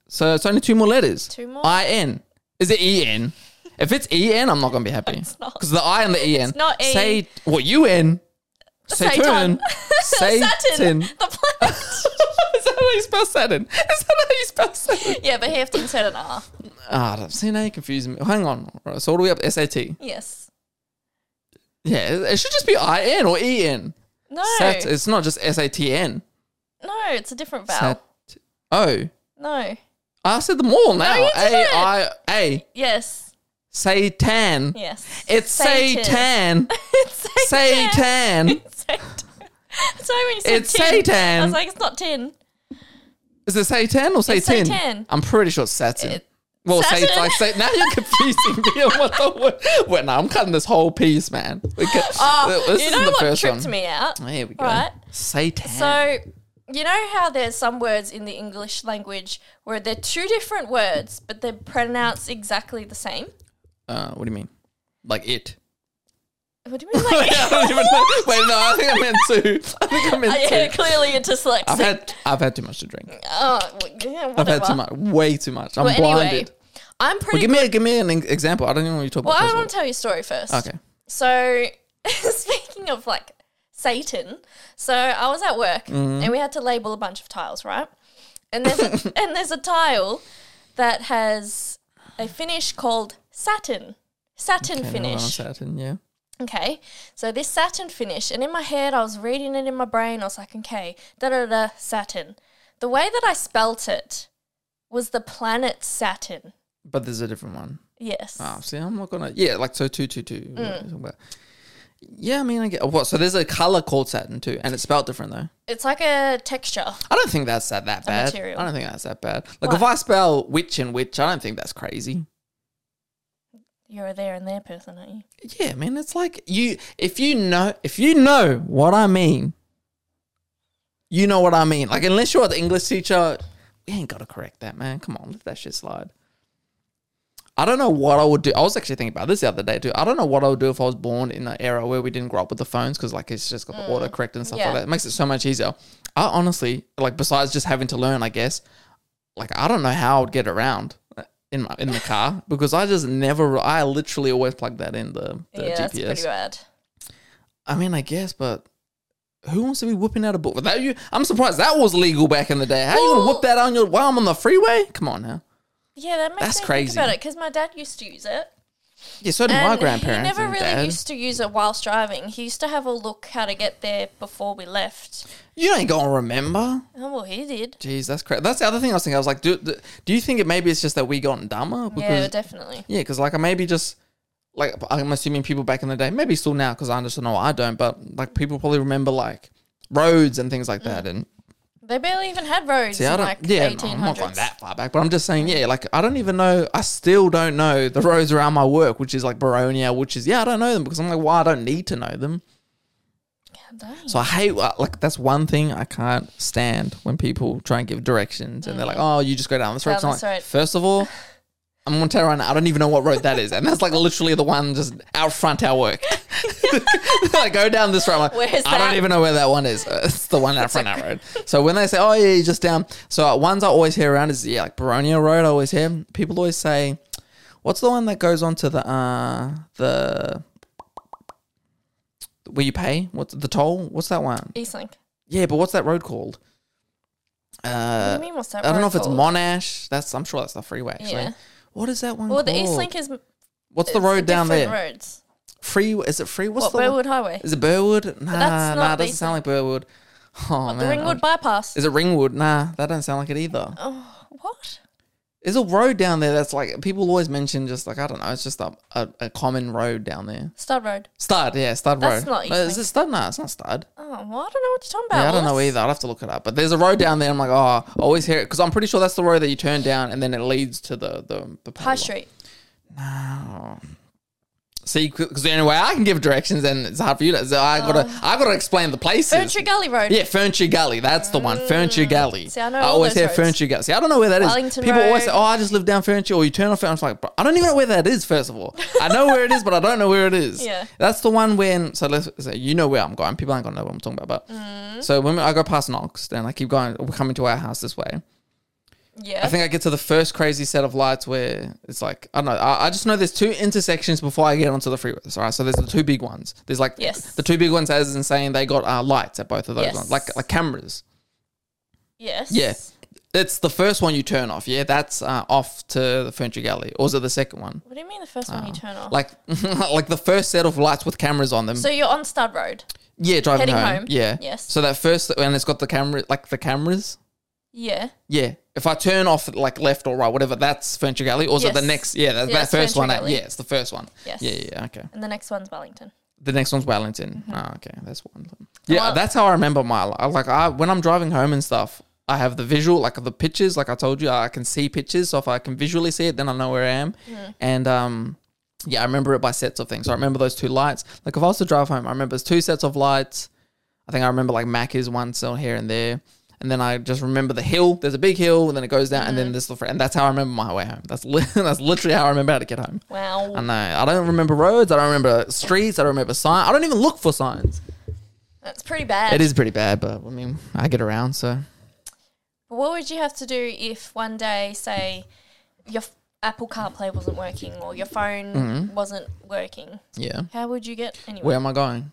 Speaker 1: So it's only two more letters.
Speaker 2: Two more.
Speaker 1: I N. Is it E N? If it's en, I'm not gonna be happy
Speaker 2: It's not.
Speaker 1: because the i and the en.
Speaker 2: not E.
Speaker 1: say what you en. Saturn.
Speaker 2: Saturn.
Speaker 1: Saturn.
Speaker 2: The planet.
Speaker 1: Is that how you spell Saturn? Is that how you spell Saturn?
Speaker 2: yeah, but you have to insert an R.
Speaker 1: Ah, oh, see now you're confusing me. Hang on. Right, so all the way up SAT.
Speaker 2: Yes.
Speaker 1: Yeah, it it should just be I N or E N.
Speaker 2: No.
Speaker 1: Sat. It's not just S A T N.
Speaker 2: no, it's a different vowel.
Speaker 1: Sat. Oh, Ah,
Speaker 2: No.
Speaker 1: I said them all now.
Speaker 2: you
Speaker 1: A
Speaker 2: didn't.
Speaker 1: I A
Speaker 2: Yes.
Speaker 1: Satan.
Speaker 2: Yes.
Speaker 1: It's Satan.
Speaker 2: it's Satan.
Speaker 1: Satan.
Speaker 2: Satan. So when you said
Speaker 1: It's
Speaker 2: tin,
Speaker 1: Satan.
Speaker 2: I was like, it's not tin.
Speaker 1: Is it Satan or Satan?
Speaker 2: Satan.
Speaker 1: I'm pretty sure it's Satan.
Speaker 2: It-
Speaker 1: well,
Speaker 2: Saturn.
Speaker 1: Satan. Like, Satan. Now you're confusing me. on what the word. Wait, no, I'm cutting this whole piece, man. We ca-
Speaker 2: Oh,
Speaker 1: this
Speaker 2: you
Speaker 1: is
Speaker 2: know
Speaker 1: the
Speaker 2: what
Speaker 1: first
Speaker 2: tripped
Speaker 1: one. Oh,
Speaker 2: me out?
Speaker 1: Here we go.
Speaker 2: Right.
Speaker 1: Satan.
Speaker 2: So, you know how there's some words in the English language where they're two different words, but they're pronounced exactly the same?
Speaker 1: uh, what do you mean? Like it.
Speaker 2: What do you mean? Like,
Speaker 1: I don't even know. Wait, no, I think I meant to. I think I meant
Speaker 2: Oh, yeah,
Speaker 1: to.
Speaker 2: clearly you're dyslexic.
Speaker 1: I've had I've had too much to drink.
Speaker 2: oh, well, yeah,
Speaker 1: I've
Speaker 2: whatever.
Speaker 1: had too much, way too much. I'm
Speaker 2: But
Speaker 1: blinded.
Speaker 2: anyway, I'm
Speaker 1: Well,
Speaker 2: pretty
Speaker 1: give me a, give me an en- example. I don't even know what you're talking
Speaker 2: Well, I
Speaker 1: about.
Speaker 2: want to tell you a story first.
Speaker 1: Okay.
Speaker 2: So, speaking of like Satan, so I was at work
Speaker 1: Mm-hmm.
Speaker 2: and we had to label a bunch of tiles, right? And there's a, and there's a tile that has a finish called satin, satin
Speaker 1: Okay, no, I'm
Speaker 2: finish.
Speaker 1: Saturn, yeah.
Speaker 2: Okay, so this Saturn finish, and in my head, I was reading it in my brain. I was like, okay, da da da, Saturn. The way that I spelt it was the planet Saturn.
Speaker 1: But there's a different one.
Speaker 2: Yes.
Speaker 1: Oh, see, I'm not gonna. Yeah, like so two two two. what you're talking about. Yeah, I mean, I get oh, what. So there's a color called Saturn too, and it's spelled different though.
Speaker 2: It's like a texture.
Speaker 1: I don't think that's that that bad.
Speaker 2: material.
Speaker 1: I don't think that's that bad. Like if I spell witch and witch, I don't think that's crazy.
Speaker 2: You're a there and there person, aren't you?
Speaker 1: Yeah, man, it's like you if you know if you know what I mean, you know what I mean. Like unless you're the English teacher, we ain't gotta correct that, man. Come on, let that shit slide. I don't know what I would do. I was actually thinking about this the other day too. I don't know what I would do if I was born in an era where we didn't grow up with the phones because like it's just got the autocorrect and stuff
Speaker 2: yeah.
Speaker 1: like that. It makes it so much easier. I honestly like besides just having to learn, I guess. Like I don't know how I would get around in my in the car because I just never. I literally always plug that in the, the
Speaker 2: yeah, that's pretty
Speaker 1: GPS.
Speaker 2: bad.
Speaker 1: I mean, I guess, but. Who wants to be whipping out a book? That you, I'm surprised that was legal back in the day. How you gonna
Speaker 2: Well-
Speaker 1: whip that on your while I'm on the freeway? Come on now.
Speaker 2: Yeah, that makes
Speaker 1: That's
Speaker 2: me
Speaker 1: crazy.
Speaker 2: think about it because my dad used to use it.
Speaker 1: Yeah, so did
Speaker 2: And
Speaker 1: my grandparents.
Speaker 2: He never
Speaker 1: and
Speaker 2: really
Speaker 1: dad.
Speaker 2: used to use it whilst driving. He used to have a look how to get there before we left.
Speaker 1: You ain't gonna remember.
Speaker 2: Oh, well, he did.
Speaker 1: Jeez, that's crazy. That's the other thing I was thinking. I was like, do, do, do you think it maybe it's just that we gotten dumber?
Speaker 2: yeah,
Speaker 1: Because,
Speaker 2: definitely.
Speaker 1: yeah, because like I maybe just like I'm assuming people back in the day, maybe still now because I understand no, I don't, but like people probably remember like roads and things like that. And
Speaker 2: They barely even had roads
Speaker 1: yeah, I
Speaker 2: in
Speaker 1: don't.
Speaker 2: like
Speaker 1: yeah,
Speaker 2: the
Speaker 1: no,
Speaker 2: 1800s.
Speaker 1: I'm not going that far back, but I'm just saying, yeah, like I don't even know. I still don't know the roads around my work, which is like Baronia, which is yeah, I don't know them because I'm like, well, I don't need to know them.
Speaker 2: God, dang.
Speaker 1: So I hate uh, like that's one thing I can't stand when people try and give directions and they're like, "Oh, you just go down this road."
Speaker 2: Down
Speaker 1: So I'm
Speaker 2: this
Speaker 1: like,
Speaker 2: road.
Speaker 1: First of all, I'm gonna tell you right now, I don't even know what road that is, and that's like literally the one just out front our work. I go down this road. I'm like,
Speaker 2: Where's
Speaker 1: I
Speaker 2: that?
Speaker 1: don't even know where that one is. Uh, It's the one out front our road. So when they say, "Oh yeah, you just down," so uh, ones I always hear around is yeah, like Baronia Road. I always hear people always say, "What's the one that goes on to the uh the." Where you pay? What's the toll? What's that one?
Speaker 2: Eastlink.
Speaker 1: Yeah, but what's that road called?
Speaker 2: What do
Speaker 1: Uh,
Speaker 2: you mean, what's that
Speaker 1: I don't know
Speaker 2: road
Speaker 1: if it's
Speaker 2: called?
Speaker 1: Monash. That's I'm sure that's the freeway. Actually,
Speaker 2: Yeah.
Speaker 1: what is that one?
Speaker 2: Well,
Speaker 1: called?
Speaker 2: the Eastlink is.
Speaker 1: What's the road down there?
Speaker 2: Roads.
Speaker 1: Free? Is it free? What's
Speaker 2: What,
Speaker 1: the? one-
Speaker 2: Burwood Highway?
Speaker 1: Is it Burwood? Nah,
Speaker 2: that's
Speaker 1: nah,
Speaker 2: not
Speaker 1: it
Speaker 2: the
Speaker 1: doesn't sound like Burwood. Oh man,
Speaker 2: the Ringwood
Speaker 1: I'm-
Speaker 2: Bypass.
Speaker 1: is it Ringwood? Nah, that doesn't sound like it either.
Speaker 2: oh, what?
Speaker 1: There's a road down there that's like people always mention. Just like I don't know, it's just a, a, a common road down there.
Speaker 2: Stud Road.
Speaker 1: Stud, yeah, Stud
Speaker 2: That's
Speaker 1: Road.
Speaker 2: not
Speaker 1: No, is
Speaker 2: Eastlink.
Speaker 1: it Stud? Nah, it's not Stud.
Speaker 2: Oh, well, I don't know what you're talking about.
Speaker 1: Yeah, I don't know
Speaker 2: Wallace.
Speaker 1: either. I'd have to look it up. But there's a road down there. I'm like, oh, I always hear it because I'm pretty sure that's the road that you turn down and then it leads to the the, the
Speaker 2: High
Speaker 1: padlock.
Speaker 2: Street.
Speaker 1: Oh. See, because the only way I can give directions and it's hard for you. To, so I gotta
Speaker 2: Oh.
Speaker 1: I gotta explain the places.
Speaker 2: Ferntree Gully Road.
Speaker 1: Yeah, Ferntree Gully. That's the one. Ferntree Gully.
Speaker 2: Mm. See, I know all
Speaker 1: always
Speaker 2: those
Speaker 1: hear
Speaker 2: roads.
Speaker 1: Ferntree Gully. See, I don't know where that is.
Speaker 2: Wellington
Speaker 1: People always
Speaker 2: Road.
Speaker 1: say, "Oh, I just live down Ferntree," or "You turn off." Ferntree." I'm just like, "Bro, I don't even know where that is." First of all, I know where it is, but I don't know where it is.
Speaker 2: Yeah.
Speaker 1: that's the one when. So let's say you know where I'm going. People ain't gonna know what I'm
Speaker 2: Mm.
Speaker 1: talking about. But so when I go past Knox, then I keep going. We're coming to our house this way.
Speaker 2: Yeah.
Speaker 1: I think I get to the first crazy set of lights where it's like I don't know. I, I just know there's two intersections before I get onto the freeways. All right, so there's the two big ones. There's like
Speaker 2: Yes.
Speaker 1: the two big ones, as in saying they got uh, lights at both of those
Speaker 2: Yes.
Speaker 1: ones, like like cameras.
Speaker 2: yes.
Speaker 1: Yeah, it's the first one you turn off. Yeah, that's uh, off to the furniture gallery, or is it the second one?
Speaker 2: What do you mean the first one you turn off?
Speaker 1: Ah, Like like the first set of lights with cameras on them.
Speaker 2: Oh. so you're on Stud Road.
Speaker 1: yeah, driving
Speaker 2: heading
Speaker 1: home.
Speaker 2: home.
Speaker 1: Yeah.
Speaker 2: Yes.
Speaker 1: So that first, and it's got the camera, like the cameras.
Speaker 2: Yeah.
Speaker 1: Yeah. If I turn off like left or right, whatever, that's Furniture Alley. Or is it the
Speaker 2: Yes.
Speaker 1: next? Yeah, that,
Speaker 2: Yeah,
Speaker 1: that
Speaker 2: it's
Speaker 1: first one.
Speaker 2: Ferntree
Speaker 1: uh,
Speaker 2: Alley.
Speaker 1: Yeah, it's the first one.
Speaker 2: Yes.
Speaker 1: Yeah, yeah, yeah, okay.
Speaker 2: And the next one's Wellington.
Speaker 1: The next one's Wellington. Ah, okay, that's one. Yeah,
Speaker 2: Well-
Speaker 1: that's how I remember my life. Like, I when I'm driving home and stuff, I have the visual, like of the pictures. Like I told you, I can see pictures. So if I can visually see it, then I know where I am. And um, yeah, I remember it by sets of things. So I remember those two lights. Like if I was to drive home, I remember there's two sets of lights. I think I remember like Macca's once or here and there. And then I just remember the hill. There's a big hill, and then it goes down, and then this little. And that's how I remember my way home. That's li- that's literally how I remember how to get home.
Speaker 2: Wow.
Speaker 1: I know. I don't remember roads. I don't remember streets. I don't remember signs. I don't even look for signs.
Speaker 2: That's pretty bad.
Speaker 1: It is pretty bad, but I mean, I get around. So
Speaker 2: But what would you have to do if one day, say, your f- Apple CarPlay wasn't working or your phone
Speaker 1: Mm-hmm.
Speaker 2: wasn't working?
Speaker 1: yeah.
Speaker 2: How would you get anywhere?
Speaker 1: Where am I going?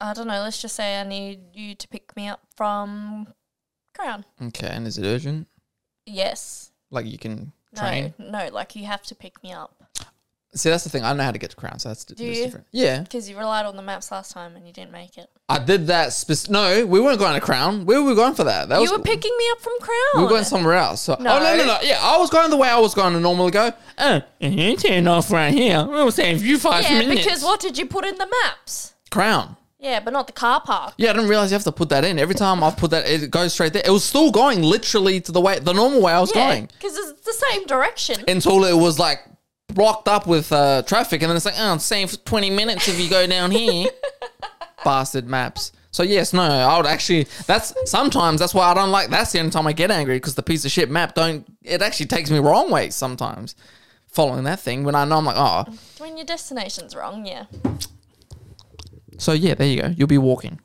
Speaker 2: I don't know. Let's just say I need you to pick me up from Crown.
Speaker 1: Okay. And is it urgent?
Speaker 2: Yes.
Speaker 1: Like you can
Speaker 2: No.
Speaker 1: train.
Speaker 2: No. Like you have to pick me up
Speaker 1: See, that's the thing. I know how to get to Crown, so that's, that's
Speaker 2: you?
Speaker 1: different. Yeah.
Speaker 2: because you relied on the maps last time and you didn't make it.
Speaker 1: I did that. Spec- no, we weren't going to Crown. Where were we going for that? That was
Speaker 2: you were picking me up from Crown.
Speaker 1: we were going somewhere else. So-
Speaker 2: No.
Speaker 1: Oh no, no, no. Yeah, I was going the way I was going to normally go. Oh, if you turn off right here. We'll save you five
Speaker 2: yeah,
Speaker 1: minutes.
Speaker 2: because what did you put in the maps?
Speaker 1: Crown.
Speaker 2: Yeah, but not the car park.
Speaker 1: Yeah, I didn't realize you have to put that in. Every time I put that, it goes straight there. It was still going literally to the way, the normal way I was going,
Speaker 2: because it's the same direction.
Speaker 1: until it was like blocked up with uh, traffic, and then it's like, oh, save twenty minutes if you go down here. Bastard maps. So yes, no, I would actually. That's sometimes that's why I don't like. That's the only time I get angry because the piece of shit map don't. It actually takes me wrong way sometimes. Following that thing when I know I'm like, oh,
Speaker 2: when your destination's wrong, yeah.
Speaker 1: so yeah, there you go. You'll be walking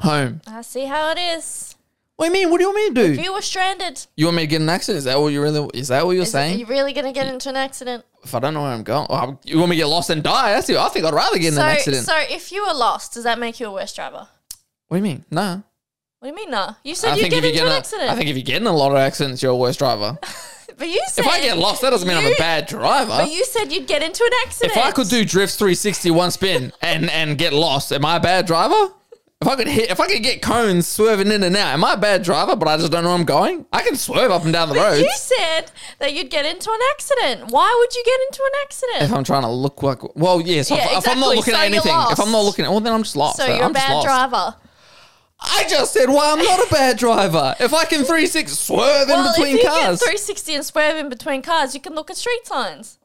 Speaker 1: home.
Speaker 2: I see how it is.
Speaker 1: What do you mean? What do you want me to do?
Speaker 2: If you were stranded,
Speaker 1: You want me to get in an accident? Is that what you really? Is that what you're
Speaker 2: is it-
Speaker 1: saying?
Speaker 2: are you really going to get into an accident?
Speaker 1: if I don't know where I'm going, oh, I'm- you want me to get lost and die? That's it. I think I'd rather get in
Speaker 2: So,
Speaker 1: an accident.
Speaker 2: so if you were lost, does that make you a worse driver?
Speaker 1: what do you mean? Nah.
Speaker 2: What do you mean, nah? You said
Speaker 1: I
Speaker 2: you
Speaker 1: think
Speaker 2: get
Speaker 1: if you
Speaker 2: into
Speaker 1: get
Speaker 2: an
Speaker 1: in a-
Speaker 2: accident.
Speaker 1: I think if you get in a lot of accidents, you're a worse driver.
Speaker 2: but you said
Speaker 1: if I get lost, that doesn't mean I'm a
Speaker 2: you-
Speaker 1: bad driver.
Speaker 2: But you said you'd get into an accident.
Speaker 1: If I could do drifts 360 one spin and and get lost, am I a bad driver? If I could hit, if I could get cones swerving in and out, am I a bad driver? But I just don't know where I'm going. I can swerve up and down the road.
Speaker 2: you said that you'd get into an accident. Why would you get into an
Speaker 1: if
Speaker 2: accident?
Speaker 1: I'm trying to look like, well, yes. if,
Speaker 2: Yeah,
Speaker 1: if I'm not
Speaker 2: exactly.
Speaker 1: looking
Speaker 2: So
Speaker 1: at
Speaker 2: you're
Speaker 1: anything, if I'm not
Speaker 2: lost.
Speaker 1: looking at, well, then I'm just lost.
Speaker 2: So
Speaker 1: I'm
Speaker 2: you're a
Speaker 1: just
Speaker 2: bad
Speaker 1: lost.
Speaker 2: driver.
Speaker 1: I just said why I'm not a bad driver. If I can 360 swerve
Speaker 2: Well,
Speaker 1: in
Speaker 2: if
Speaker 1: between
Speaker 2: you
Speaker 1: cars,
Speaker 2: get 360 and swerve in between cars, you can look at street signs.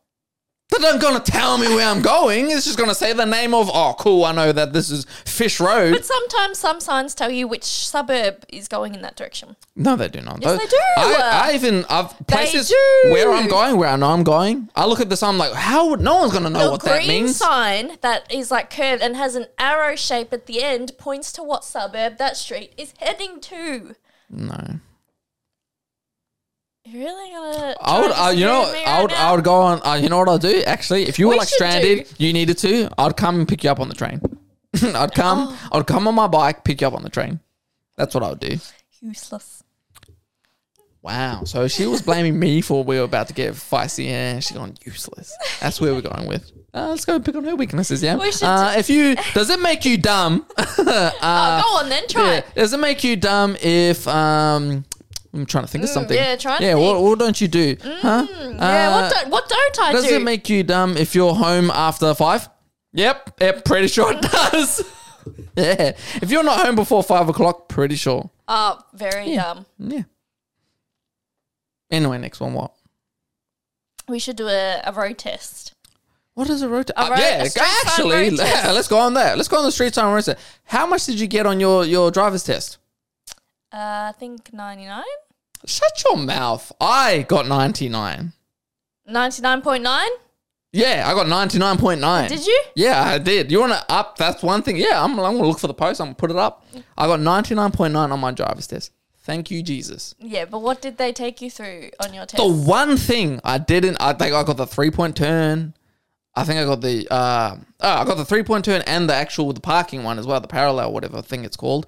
Speaker 1: that aren't going to tell me where I'm going. It's just going to say the name of, oh, cool, I know that this is Fish Road.
Speaker 2: But sometimes some signs tell you which suburb is going in that direction.
Speaker 1: no, they do not.
Speaker 2: Yes,
Speaker 1: Those-
Speaker 2: they do.
Speaker 1: I, I even, I've places
Speaker 2: do.
Speaker 1: where I'm going, where I know I'm going. I look at this, I'm like, how would, no one's going to know
Speaker 2: the
Speaker 1: what
Speaker 2: green
Speaker 1: that means.
Speaker 2: sign that is like curved and has an arrow shape at the end points to what suburb that street is heading to.
Speaker 1: no.
Speaker 2: You're really gonna?
Speaker 1: I would,
Speaker 2: try
Speaker 1: uh,
Speaker 2: and
Speaker 1: you know,
Speaker 2: scare me
Speaker 1: I
Speaker 2: right
Speaker 1: would,
Speaker 2: now?
Speaker 1: I would go on. Uh, you know what I'll do? Actually, if you were
Speaker 2: We
Speaker 1: like
Speaker 2: should
Speaker 1: stranded, you needed to, I'd come and pick you up on the train. I'd come,
Speaker 2: Oh.
Speaker 1: I'd come on my bike, pick you up on the train. That's what I would do.
Speaker 2: Useless.
Speaker 1: Wow. So she was blaming me for we were about to get feisty and she's gone useless. That's where we're going with. Uh, let's go pick on her weaknesses, yeah.
Speaker 2: We should
Speaker 1: Uh, if you does it make you dumb?
Speaker 2: oh, go on then, try.
Speaker 1: uh, yeah.
Speaker 2: it.
Speaker 1: Does it make you dumb if um I'm trying to think of something.
Speaker 2: yeah, try to
Speaker 1: Yeah, what, what don't you do? huh?
Speaker 2: Yeah,
Speaker 1: Uh,
Speaker 2: what don't what don't I
Speaker 1: does
Speaker 2: do?
Speaker 1: it make you dumb if you're home after five? Yep, yep, pretty sure it does. yeah. If you're not home before five o'clock, pretty sure.
Speaker 2: oh, very dumb.
Speaker 1: Yeah. Anyway, next one what?
Speaker 2: We should do a, a road test.
Speaker 1: What is a road?
Speaker 2: A
Speaker 1: Uh,
Speaker 2: road-
Speaker 1: yeah,
Speaker 2: a street sign
Speaker 1: actually,
Speaker 2: road
Speaker 1: yeah,
Speaker 2: test.
Speaker 1: let's go on there. Let's go on the street sign road test. How much did you get on your your driver's test?
Speaker 2: Uh, I think 99?
Speaker 1: Shut your mouth. I got ninety nine.
Speaker 2: 99.9?
Speaker 1: Yeah, I got ninety nine point nine.
Speaker 2: Did you?
Speaker 1: Yeah, I did. You want to up? That's one thing. Yeah, I'm, I'm gonna look for the post. I'm gonna put it up. I got ninety nine point nine on my driver's test. Thank you, Jesus.
Speaker 2: Yeah, but what did they take you through on your test?
Speaker 1: The one thing I didn't, I think I got the three point turn. I think I got the, uh, oh, I got the three point turn and the actual the parking one as well, the parallel whatever thing it's called.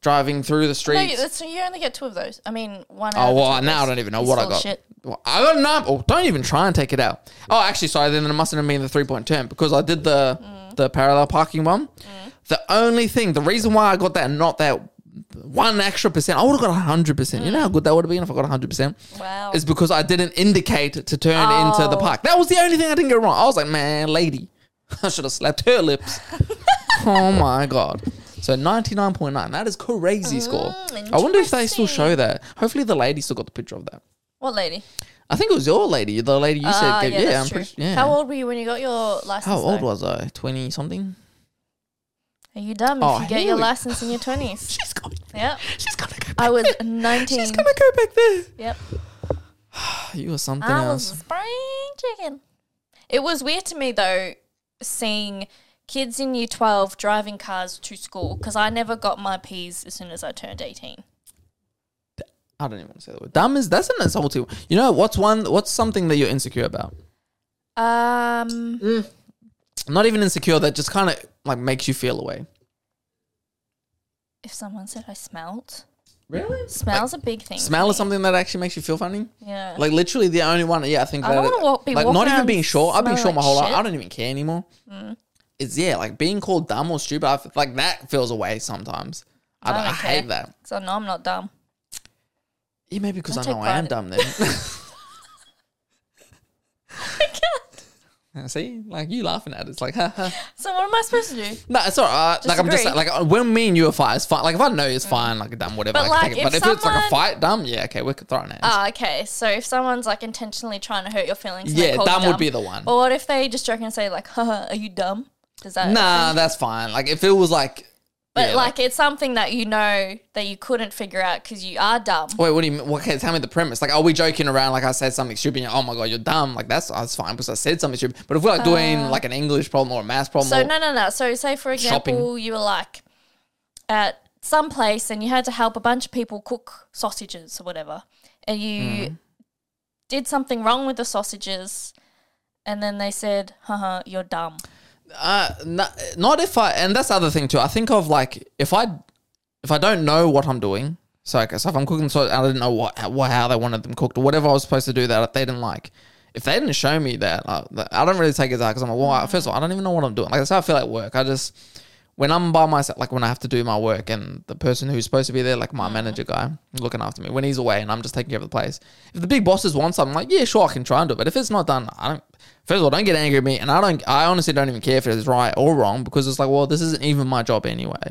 Speaker 1: Driving through the
Speaker 2: no,
Speaker 1: streets.
Speaker 2: you, that's, you only get two of those. I mean, one. out
Speaker 1: Oh
Speaker 2: of the
Speaker 1: well,
Speaker 2: two
Speaker 1: now I
Speaker 2: goes.
Speaker 1: don't even know
Speaker 2: He's
Speaker 1: what I
Speaker 2: full of
Speaker 1: got.
Speaker 2: shit.
Speaker 1: Well, I got a number. Oh, don't even try and take it out. Oh, actually, sorry. Then it mustn't have been the three point turn because I did the the parallel parking one. The only thing, the reason why I got that, and not that one extra percent, I would have got hundred percent. You know how good that would have been if I got hundred percent.
Speaker 2: Wow.
Speaker 1: Is because I didn't indicate to turn into the
Speaker 2: Oh.
Speaker 1: park. That was the only thing I didn't get wrong. I was like, man, lady, I should have slapped her lips. oh my god. So ninety nine point nine. That is crazy score.
Speaker 2: Mm,
Speaker 1: I wonder if they still
Speaker 2: interesting.
Speaker 1: show that. Hopefully, the lady still got the picture of that.
Speaker 2: What lady?
Speaker 1: I think it was your lady, the lady you
Speaker 2: Ah,
Speaker 1: said. gave- yeah,
Speaker 2: that's
Speaker 1: I'm
Speaker 2: true.
Speaker 1: pretty. Yeah.
Speaker 2: How old were you when you got your license?
Speaker 1: How old
Speaker 2: though?
Speaker 1: was I? Twenty something.
Speaker 2: Are you dumb
Speaker 1: Oh,
Speaker 2: if you get your
Speaker 1: hell.
Speaker 2: license in your twenties?
Speaker 1: She's going.
Speaker 2: yep.
Speaker 1: She's gonna go. Back
Speaker 2: I was
Speaker 1: there.
Speaker 2: nineteen.
Speaker 1: She's gonna go back there.
Speaker 2: Yep.
Speaker 1: You were something
Speaker 2: I
Speaker 1: else.
Speaker 2: was a Um, spring chicken. It was weird to me though, seeing kids in year 12 driving cars to school because I never got my P's as soon as I turned 18.
Speaker 1: I don't even want to say that word. Dumb is that's an insulting. You know what's one? What's something that you're insecure about?
Speaker 2: Um,
Speaker 1: Not even insecure. That just kind of like makes you feel away.
Speaker 2: if someone said I smelt,
Speaker 1: Really?
Speaker 2: smell's a big thing.
Speaker 1: Smell
Speaker 2: for
Speaker 1: is
Speaker 2: me.
Speaker 1: something that actually makes you feel funny.
Speaker 2: Yeah.
Speaker 1: Like literally the only one. Yeah, I think
Speaker 2: I don't
Speaker 1: that-
Speaker 2: wanna walk- be
Speaker 1: like
Speaker 2: walking
Speaker 1: not even
Speaker 2: around
Speaker 1: being short. I've been short
Speaker 2: smelling
Speaker 1: my
Speaker 2: like
Speaker 1: whole life.
Speaker 2: shit. Mm.
Speaker 1: I don't even care anymore. It's yeah, like being called dumb or stupid. I f like that feels away sometimes. I,
Speaker 2: I
Speaker 1: I,
Speaker 2: don't care.
Speaker 1: hate that.
Speaker 2: so no, I'm not dumb.
Speaker 1: Yeah, maybe because
Speaker 2: I
Speaker 1: I,
Speaker 2: take
Speaker 1: know I am
Speaker 2: pride
Speaker 1: dumb then.
Speaker 2: Oh
Speaker 1: See, like you laughing at it. it's like, ha, ha.
Speaker 2: So what am I supposed to do?
Speaker 1: no, it's all right. Like I'm just
Speaker 2: Disagree.
Speaker 1: like uh, when me and you are fight, it's fine. Like if I know it's fine, like dumb, whatever.
Speaker 2: Mm. But,
Speaker 1: I can
Speaker 2: like,
Speaker 1: take it.
Speaker 2: if
Speaker 1: but if it's like
Speaker 2: someone-
Speaker 1: a fight, dumb, yeah, okay, we're throwing it.
Speaker 2: Ah, okay. So if someone's like intentionally trying to hurt your feelings, and they
Speaker 1: yeah,
Speaker 2: call you
Speaker 1: dumb would be the one.
Speaker 2: Or what if they just joke and say like, "Haha, are you dumb?" Does that
Speaker 1: Nah, that's fine. Like if it was like,
Speaker 2: But
Speaker 1: yeah,
Speaker 2: like, it's something that you know that you couldn't figure out because you are dumb.
Speaker 1: Wait, what do you mean? Well, okay, tell me the premise. Like, are we joking around? Like, I said something stupid. And you're, oh my god, you're dumb. Like, that's that's fine because I said something stupid. But if we're like doing like an English problem or a math problem,
Speaker 2: Uh, So
Speaker 1: or,
Speaker 2: no, no, no. So say for
Speaker 1: Shopping.
Speaker 2: example, you were like at some place and you had to help a bunch of people cook sausages or whatever, and you
Speaker 1: Mm-hmm.
Speaker 2: did something wrong with the sausages, and then they said, "Haha, you're dumb."
Speaker 1: uh, no, not if I. And that's the other thing too. I think of like if I if I don't know what I'm doing. So, okay, so if I'm cooking, so I didn't know what, what how they wanted them cooked or whatever I was supposed to do that they didn't like. If they didn't show me that, uh, that- I don't really take it out because I'm like, well, I- first of all, I don't even know what I'm doing. Like that's how I feel at work. I just when I'm by myself, like when I have to do my work and the person who's supposed to be there, like my manager guy looking after me, when he's away and I'm just taking care of the place. If the big bosses want something, like, yeah, sure, I can try and do it. But if it's not done, I don't, first of all, don't get angry at me. And I don't, I honestly don't even care if it is right or wrong because it's like, well, this isn't even my job anyway.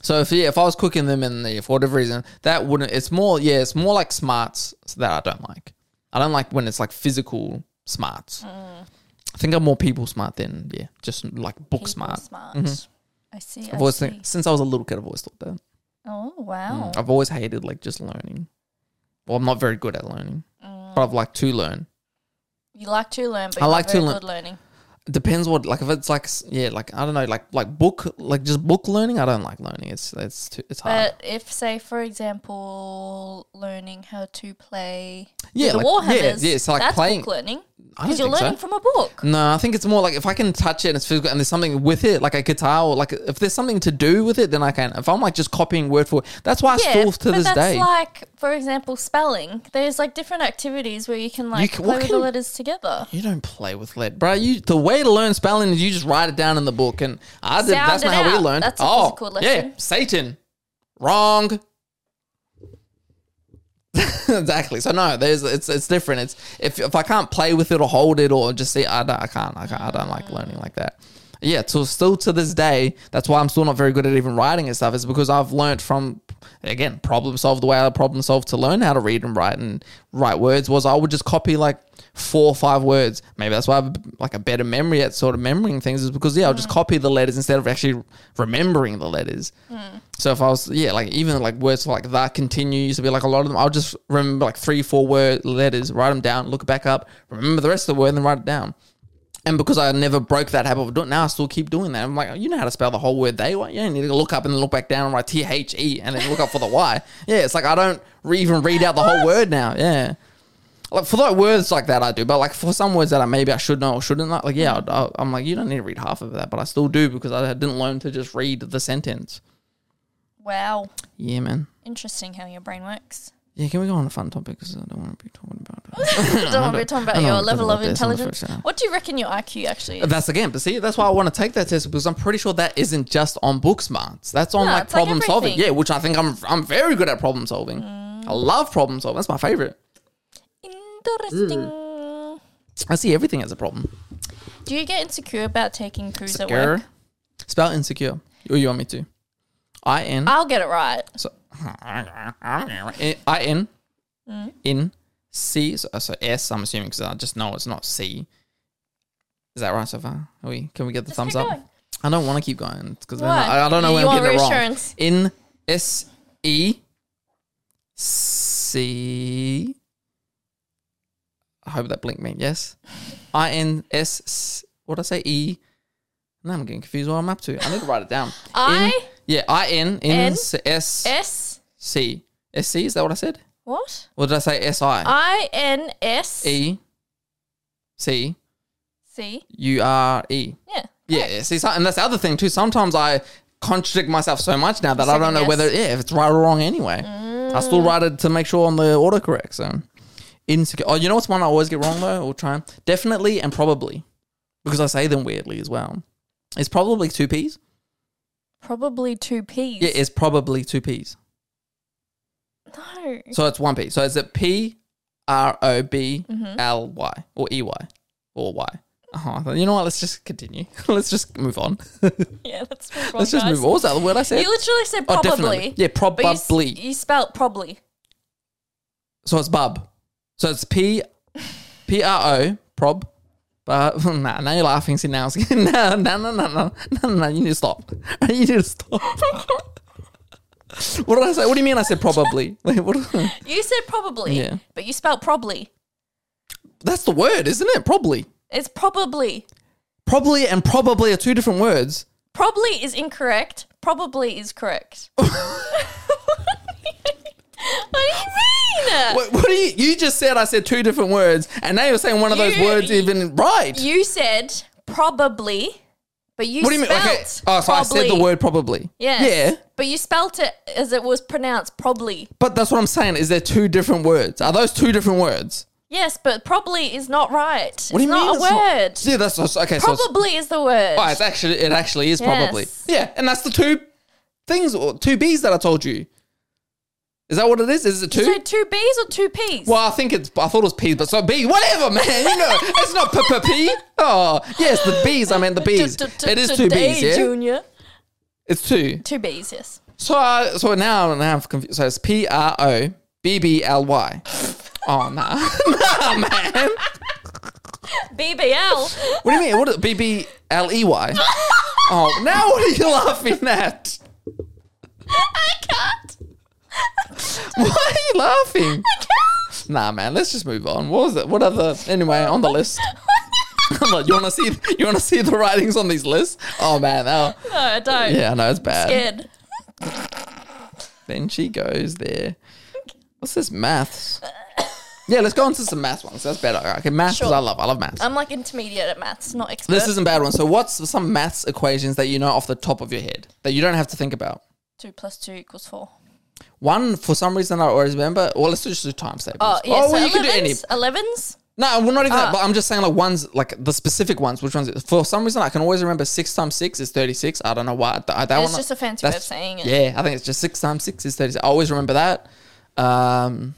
Speaker 1: So if yeah, if I was cooking them and they, for whatever reason, that wouldn't. It's more yeah, it's more like smarts that I don't like. I don't like when it's like physical smarts. I think I'm more people smart than yeah, just like book
Speaker 2: Mm. People
Speaker 1: smart. Mm-hmm.
Speaker 2: smart. I see.
Speaker 1: I've
Speaker 2: I
Speaker 1: always
Speaker 2: see.
Speaker 1: think, since I was a little kid, I've always thought that. Mm.
Speaker 2: Oh wow.
Speaker 1: I've always hated like just learning. Well, I'm not very good at learning,
Speaker 2: Mm.
Speaker 1: but I've liked to learn.
Speaker 2: You like to learn, but
Speaker 1: I
Speaker 2: you're
Speaker 1: like to
Speaker 2: like very
Speaker 1: learn.
Speaker 2: good learning.
Speaker 1: Depends what like if it's like s- yeah like I don't know like like book like just book learning. I don't like learning. It's it's too, it's hard.
Speaker 2: But Uh, if, say, for example, learning how to play
Speaker 1: Yeah,
Speaker 2: the
Speaker 1: like-
Speaker 2: Warhammers,
Speaker 1: yeah, yeah, so like
Speaker 2: that's
Speaker 1: playing-
Speaker 2: book learning
Speaker 1: I don't
Speaker 2: because you're
Speaker 1: think so.
Speaker 2: learning from a book.
Speaker 1: No, I think it's more like if I can touch it and it's physical and there's something with it, like a guitar or like if there's something to do with it, then I can. If I'm like just copying word for word, that's why I
Speaker 2: Yeah,
Speaker 1: still to
Speaker 2: but
Speaker 1: this
Speaker 2: that's
Speaker 1: day.
Speaker 2: like, for example, spelling. There's like different activities where you can like
Speaker 1: can-
Speaker 2: play
Speaker 1: what
Speaker 2: with the
Speaker 1: can-
Speaker 2: letters together.
Speaker 1: you don't play with lead, bro. You the way to learn spelling is you just write it down in the book, and I did.
Speaker 2: Sound
Speaker 1: that's
Speaker 2: it
Speaker 1: not how we
Speaker 2: out.
Speaker 1: learned.
Speaker 2: That's a
Speaker 1: oh,
Speaker 2: physical
Speaker 1: yeah,
Speaker 2: lesson.
Speaker 1: Satan, wrong. exactly. So no, there's it's it's different. It's if if I can't play with it or hold it or just see, I don't, I can't, I can't, I don't like learning like that. Yeah, so still to this day, that's why I'm still not very good at even writing and stuff. Is because I've learnt from again problem solve the way I problem solve to learn how to read and write and write words was I would just copy like four or five words. Maybe that's why I have like a better memory at sort of memorying things is because yeah, I'll just copy the letters instead of actually remembering the letters. So if I was yeah, like even like words like that continue used to be like a lot of them. I'll just remember like three, four word letters, write them down, look back up, remember the rest of the word, and then write it down. And because I never broke that habit of doing, now I still keep doing that. I'm like, you know how to spell the whole word they. Why you don't need to look up and look back down and write T H E and then look up for the Y. Yeah, it's like I don't re- even read out the whole word now. Yeah, like for like words like that I do, but like for some words that I maybe I should know or shouldn't like, like yeah, I'd- I'll- I'm like you don't need to read half of that, but I still do because I didn't learn to just read the sentence.
Speaker 2: Wow.
Speaker 1: Yeah, man.
Speaker 2: Interesting how your brain works.
Speaker 1: Yeah, can we go on a fun topic? Because I don't want to be talking about.
Speaker 2: don't want to be talking
Speaker 1: I
Speaker 2: about
Speaker 1: know
Speaker 2: your
Speaker 1: I'm
Speaker 2: level
Speaker 1: talking about this on
Speaker 2: of
Speaker 1: the
Speaker 2: intelligence.
Speaker 1: first hour.
Speaker 2: What do you reckon your IQ actually is?
Speaker 1: That's again, but see, that's why I want to take that test because I'm pretty sure that isn't just on book smarts. That's on
Speaker 2: No,
Speaker 1: like
Speaker 2: it's like
Speaker 1: problem solving.
Speaker 2: everything. Mm.
Speaker 1: Yeah, which I think I'm I'm very good at problem solving. I love problem solving. That's my favorite.
Speaker 2: Interesting.
Speaker 1: I see everything as a problem.
Speaker 2: Do you get insecure about taking crews at work?
Speaker 1: Insecure. Spell insecure. Or you want me to? I N.
Speaker 2: I'll get it right.
Speaker 1: So I N
Speaker 2: Mm.
Speaker 1: in C so, uh, so S. I'm assuming because I just know it's not C. Is that right so far? Are we? Can we get the thumbs
Speaker 2: keep
Speaker 1: up?
Speaker 2: going.
Speaker 1: I don't want to keep going because
Speaker 2: Why?
Speaker 1: I, I don't know when
Speaker 2: You- you
Speaker 1: I'm
Speaker 2: want
Speaker 1: getting it wrong.
Speaker 2: reassurance.
Speaker 1: In S E C. I hope that blinked me. Yes. I N S. What did I say? E. Now I'm getting confused. What I'm up to? I need to write it down. In-
Speaker 2: I
Speaker 1: yeah. I N
Speaker 2: N
Speaker 1: N S S.
Speaker 2: S
Speaker 1: C. SC, is that what I said?
Speaker 2: what?
Speaker 1: Or did I say SI?
Speaker 2: I N S
Speaker 1: E. C.
Speaker 2: C.
Speaker 1: U R E.
Speaker 2: Yeah.
Speaker 1: Yeah, yeah. See, so, and that's the other thing too. Sometimes I contradict myself so much now that I don't know
Speaker 2: Second guess.
Speaker 1: whether yeah, if it's right or wrong anyway. I still write it to make sure on the autocorrect. So insecure. Oh, you know what's one I always get wrong though, or try definitely and probably because I say them weirdly as well. It's probably two p's.
Speaker 2: Probably two P's.
Speaker 1: Yeah, it's probably two p's.
Speaker 2: no.
Speaker 1: So it's one p. So it's a p r o b
Speaker 2: Mm-hmm.
Speaker 1: l y or e y or y. Oh, you know what? Let's just continue. Let's just move on.
Speaker 2: Yeah, let's move on.
Speaker 1: Let's just
Speaker 2: Oh, guys.
Speaker 1: move on. What was that the word I said?
Speaker 2: You literally said
Speaker 1: Oh,
Speaker 2: probably.
Speaker 1: definitely. Yeah,
Speaker 2: But you s-
Speaker 1: probably.
Speaker 2: You, spelt probably.
Speaker 1: So it's bub. So it's P P R O prob. But nah, now you're laughing. See now, it's getting, no, no, no, no, no, no, no. You need to stop. You need to stop. what did I say? What do you mean? I said probably. Like, what?
Speaker 2: You said probably.
Speaker 1: Yeah.
Speaker 2: But you spelt probably.
Speaker 1: That's the word, isn't it? Probably.
Speaker 2: It's probably.
Speaker 1: Probably and probably are two different words.
Speaker 2: Probably is incorrect. Probably is correct. what do you mean?
Speaker 1: What, what do you? You just said I said two different words, and now you're saying one of those
Speaker 2: You-
Speaker 1: words even right.
Speaker 2: You said probably, but you
Speaker 1: what do you mean?
Speaker 2: spelt
Speaker 1: Okay. Oh, so I said the
Speaker 2: probably.
Speaker 1: word probably.
Speaker 2: Yes.
Speaker 1: Yeah.
Speaker 2: But you spelt it as it was pronounced probably.
Speaker 1: But that's what I'm saying. Is there two different words? Are those two different words?
Speaker 2: Yes, but probably is not right.
Speaker 1: What do you mean?
Speaker 2: it's not
Speaker 1: it's
Speaker 2: a word.
Speaker 1: Yeah, that's, that's okay. So it's,
Speaker 2: probably is the word.
Speaker 1: oh, it's actually it actually is probably.
Speaker 2: Yes.
Speaker 1: Yeah, and that's the two things or two B's that I told you. Is that what it is? Is it two?
Speaker 2: So two B's or two P's?
Speaker 1: well, I think it's. I thought it was P's, but so B. Whatever, man. You know, it's not p p p. Oh, yes, the B's. I meant the B's.
Speaker 2: T- t-
Speaker 1: It is two
Speaker 2: today,
Speaker 1: B's. Yeah,
Speaker 2: Junior.
Speaker 1: it's two.
Speaker 2: Two B's, yes.
Speaker 1: So, uh, so now, now I'm confused. So it's P R O B B L Y. Oh nah, nah, man.
Speaker 2: BBL.
Speaker 1: What do you mean? What is B B L E Y? Oh, now what are you laughing at?
Speaker 2: I can't.
Speaker 1: Why are you laughing? Nah, man. Let's just move on. What was it? What other? Anyway, on the list. I'm like, you want to see? You want to see the writings on these lists? Oh man. Oh,
Speaker 2: No, I don't.
Speaker 1: yeah. I know it's bad.
Speaker 2: Scared.
Speaker 1: Then she goes there. What's this maths? Yeah, let's go on to some math ones. That's better. Okay, maths 'cause
Speaker 2: Sure.
Speaker 1: I love. I love maths.
Speaker 2: I'm like intermediate at maths, not expert.
Speaker 1: this isn't bad one. So, what's some maths equations that you know off the top of your head that you don't have to think about?
Speaker 2: two plus two equals four.
Speaker 1: One for some reason I always remember. Well, let's just do time staples.
Speaker 2: Oh, yeah. so
Speaker 1: well, you could do any.
Speaker 2: 11s, 11s?
Speaker 1: No, we're not even that.
Speaker 2: Ah.
Speaker 1: But I'm just saying, like ones, like the specific ones. Which ones? For some reason, I can always remember six times six is thirty six. I don't know why. Th- I- that
Speaker 2: It's
Speaker 1: one-
Speaker 2: just a fancy way
Speaker 1: that's-
Speaker 2: of saying it.
Speaker 1: Yeah, I think it's just six times six is thirty six. I always remember that. Um,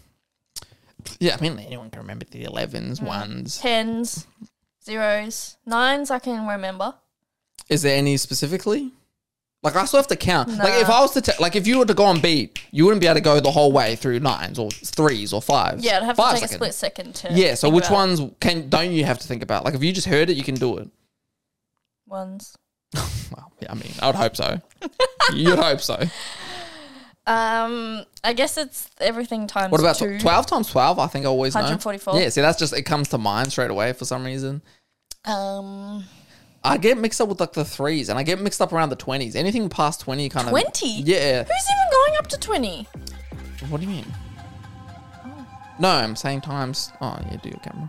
Speaker 1: yeah, I mean anyone can remember the
Speaker 2: Mm.
Speaker 1: elevens, ones.
Speaker 2: Tens, zeros, nines, I can remember.
Speaker 1: Is there any specifically? Like I still have to count. Like if I was to ta- like if you were to go on beat, you wouldn't be able to go the whole way through nines or threes or fives.
Speaker 2: Yeah, I'd have
Speaker 1: Fives
Speaker 2: to
Speaker 1: I
Speaker 2: take a
Speaker 1: can-
Speaker 2: split second to.
Speaker 1: Yeah, so
Speaker 2: think
Speaker 1: which
Speaker 2: about it.
Speaker 1: ones can don't you have to think about? Like if you just heard it, you can do it.
Speaker 2: Ones.
Speaker 1: Well, yeah, I mean, I would hope so. You'd hope so.
Speaker 2: Um, I guess it's everything times
Speaker 1: What about
Speaker 2: two.
Speaker 1: tw- twelve times twelve? I think I always know.
Speaker 2: 144.
Speaker 1: Yeah, see, that's just it comes to mind straight away for some reason.
Speaker 2: Um,
Speaker 1: I get mixed up with like the threes, and I get mixed up around the twenties. Anything past twenty, kind of
Speaker 2: 20?
Speaker 1: Yeah.
Speaker 2: who's even going up to 20?
Speaker 1: What do you mean? No, I'm saying times. Oh yeah, do your camera.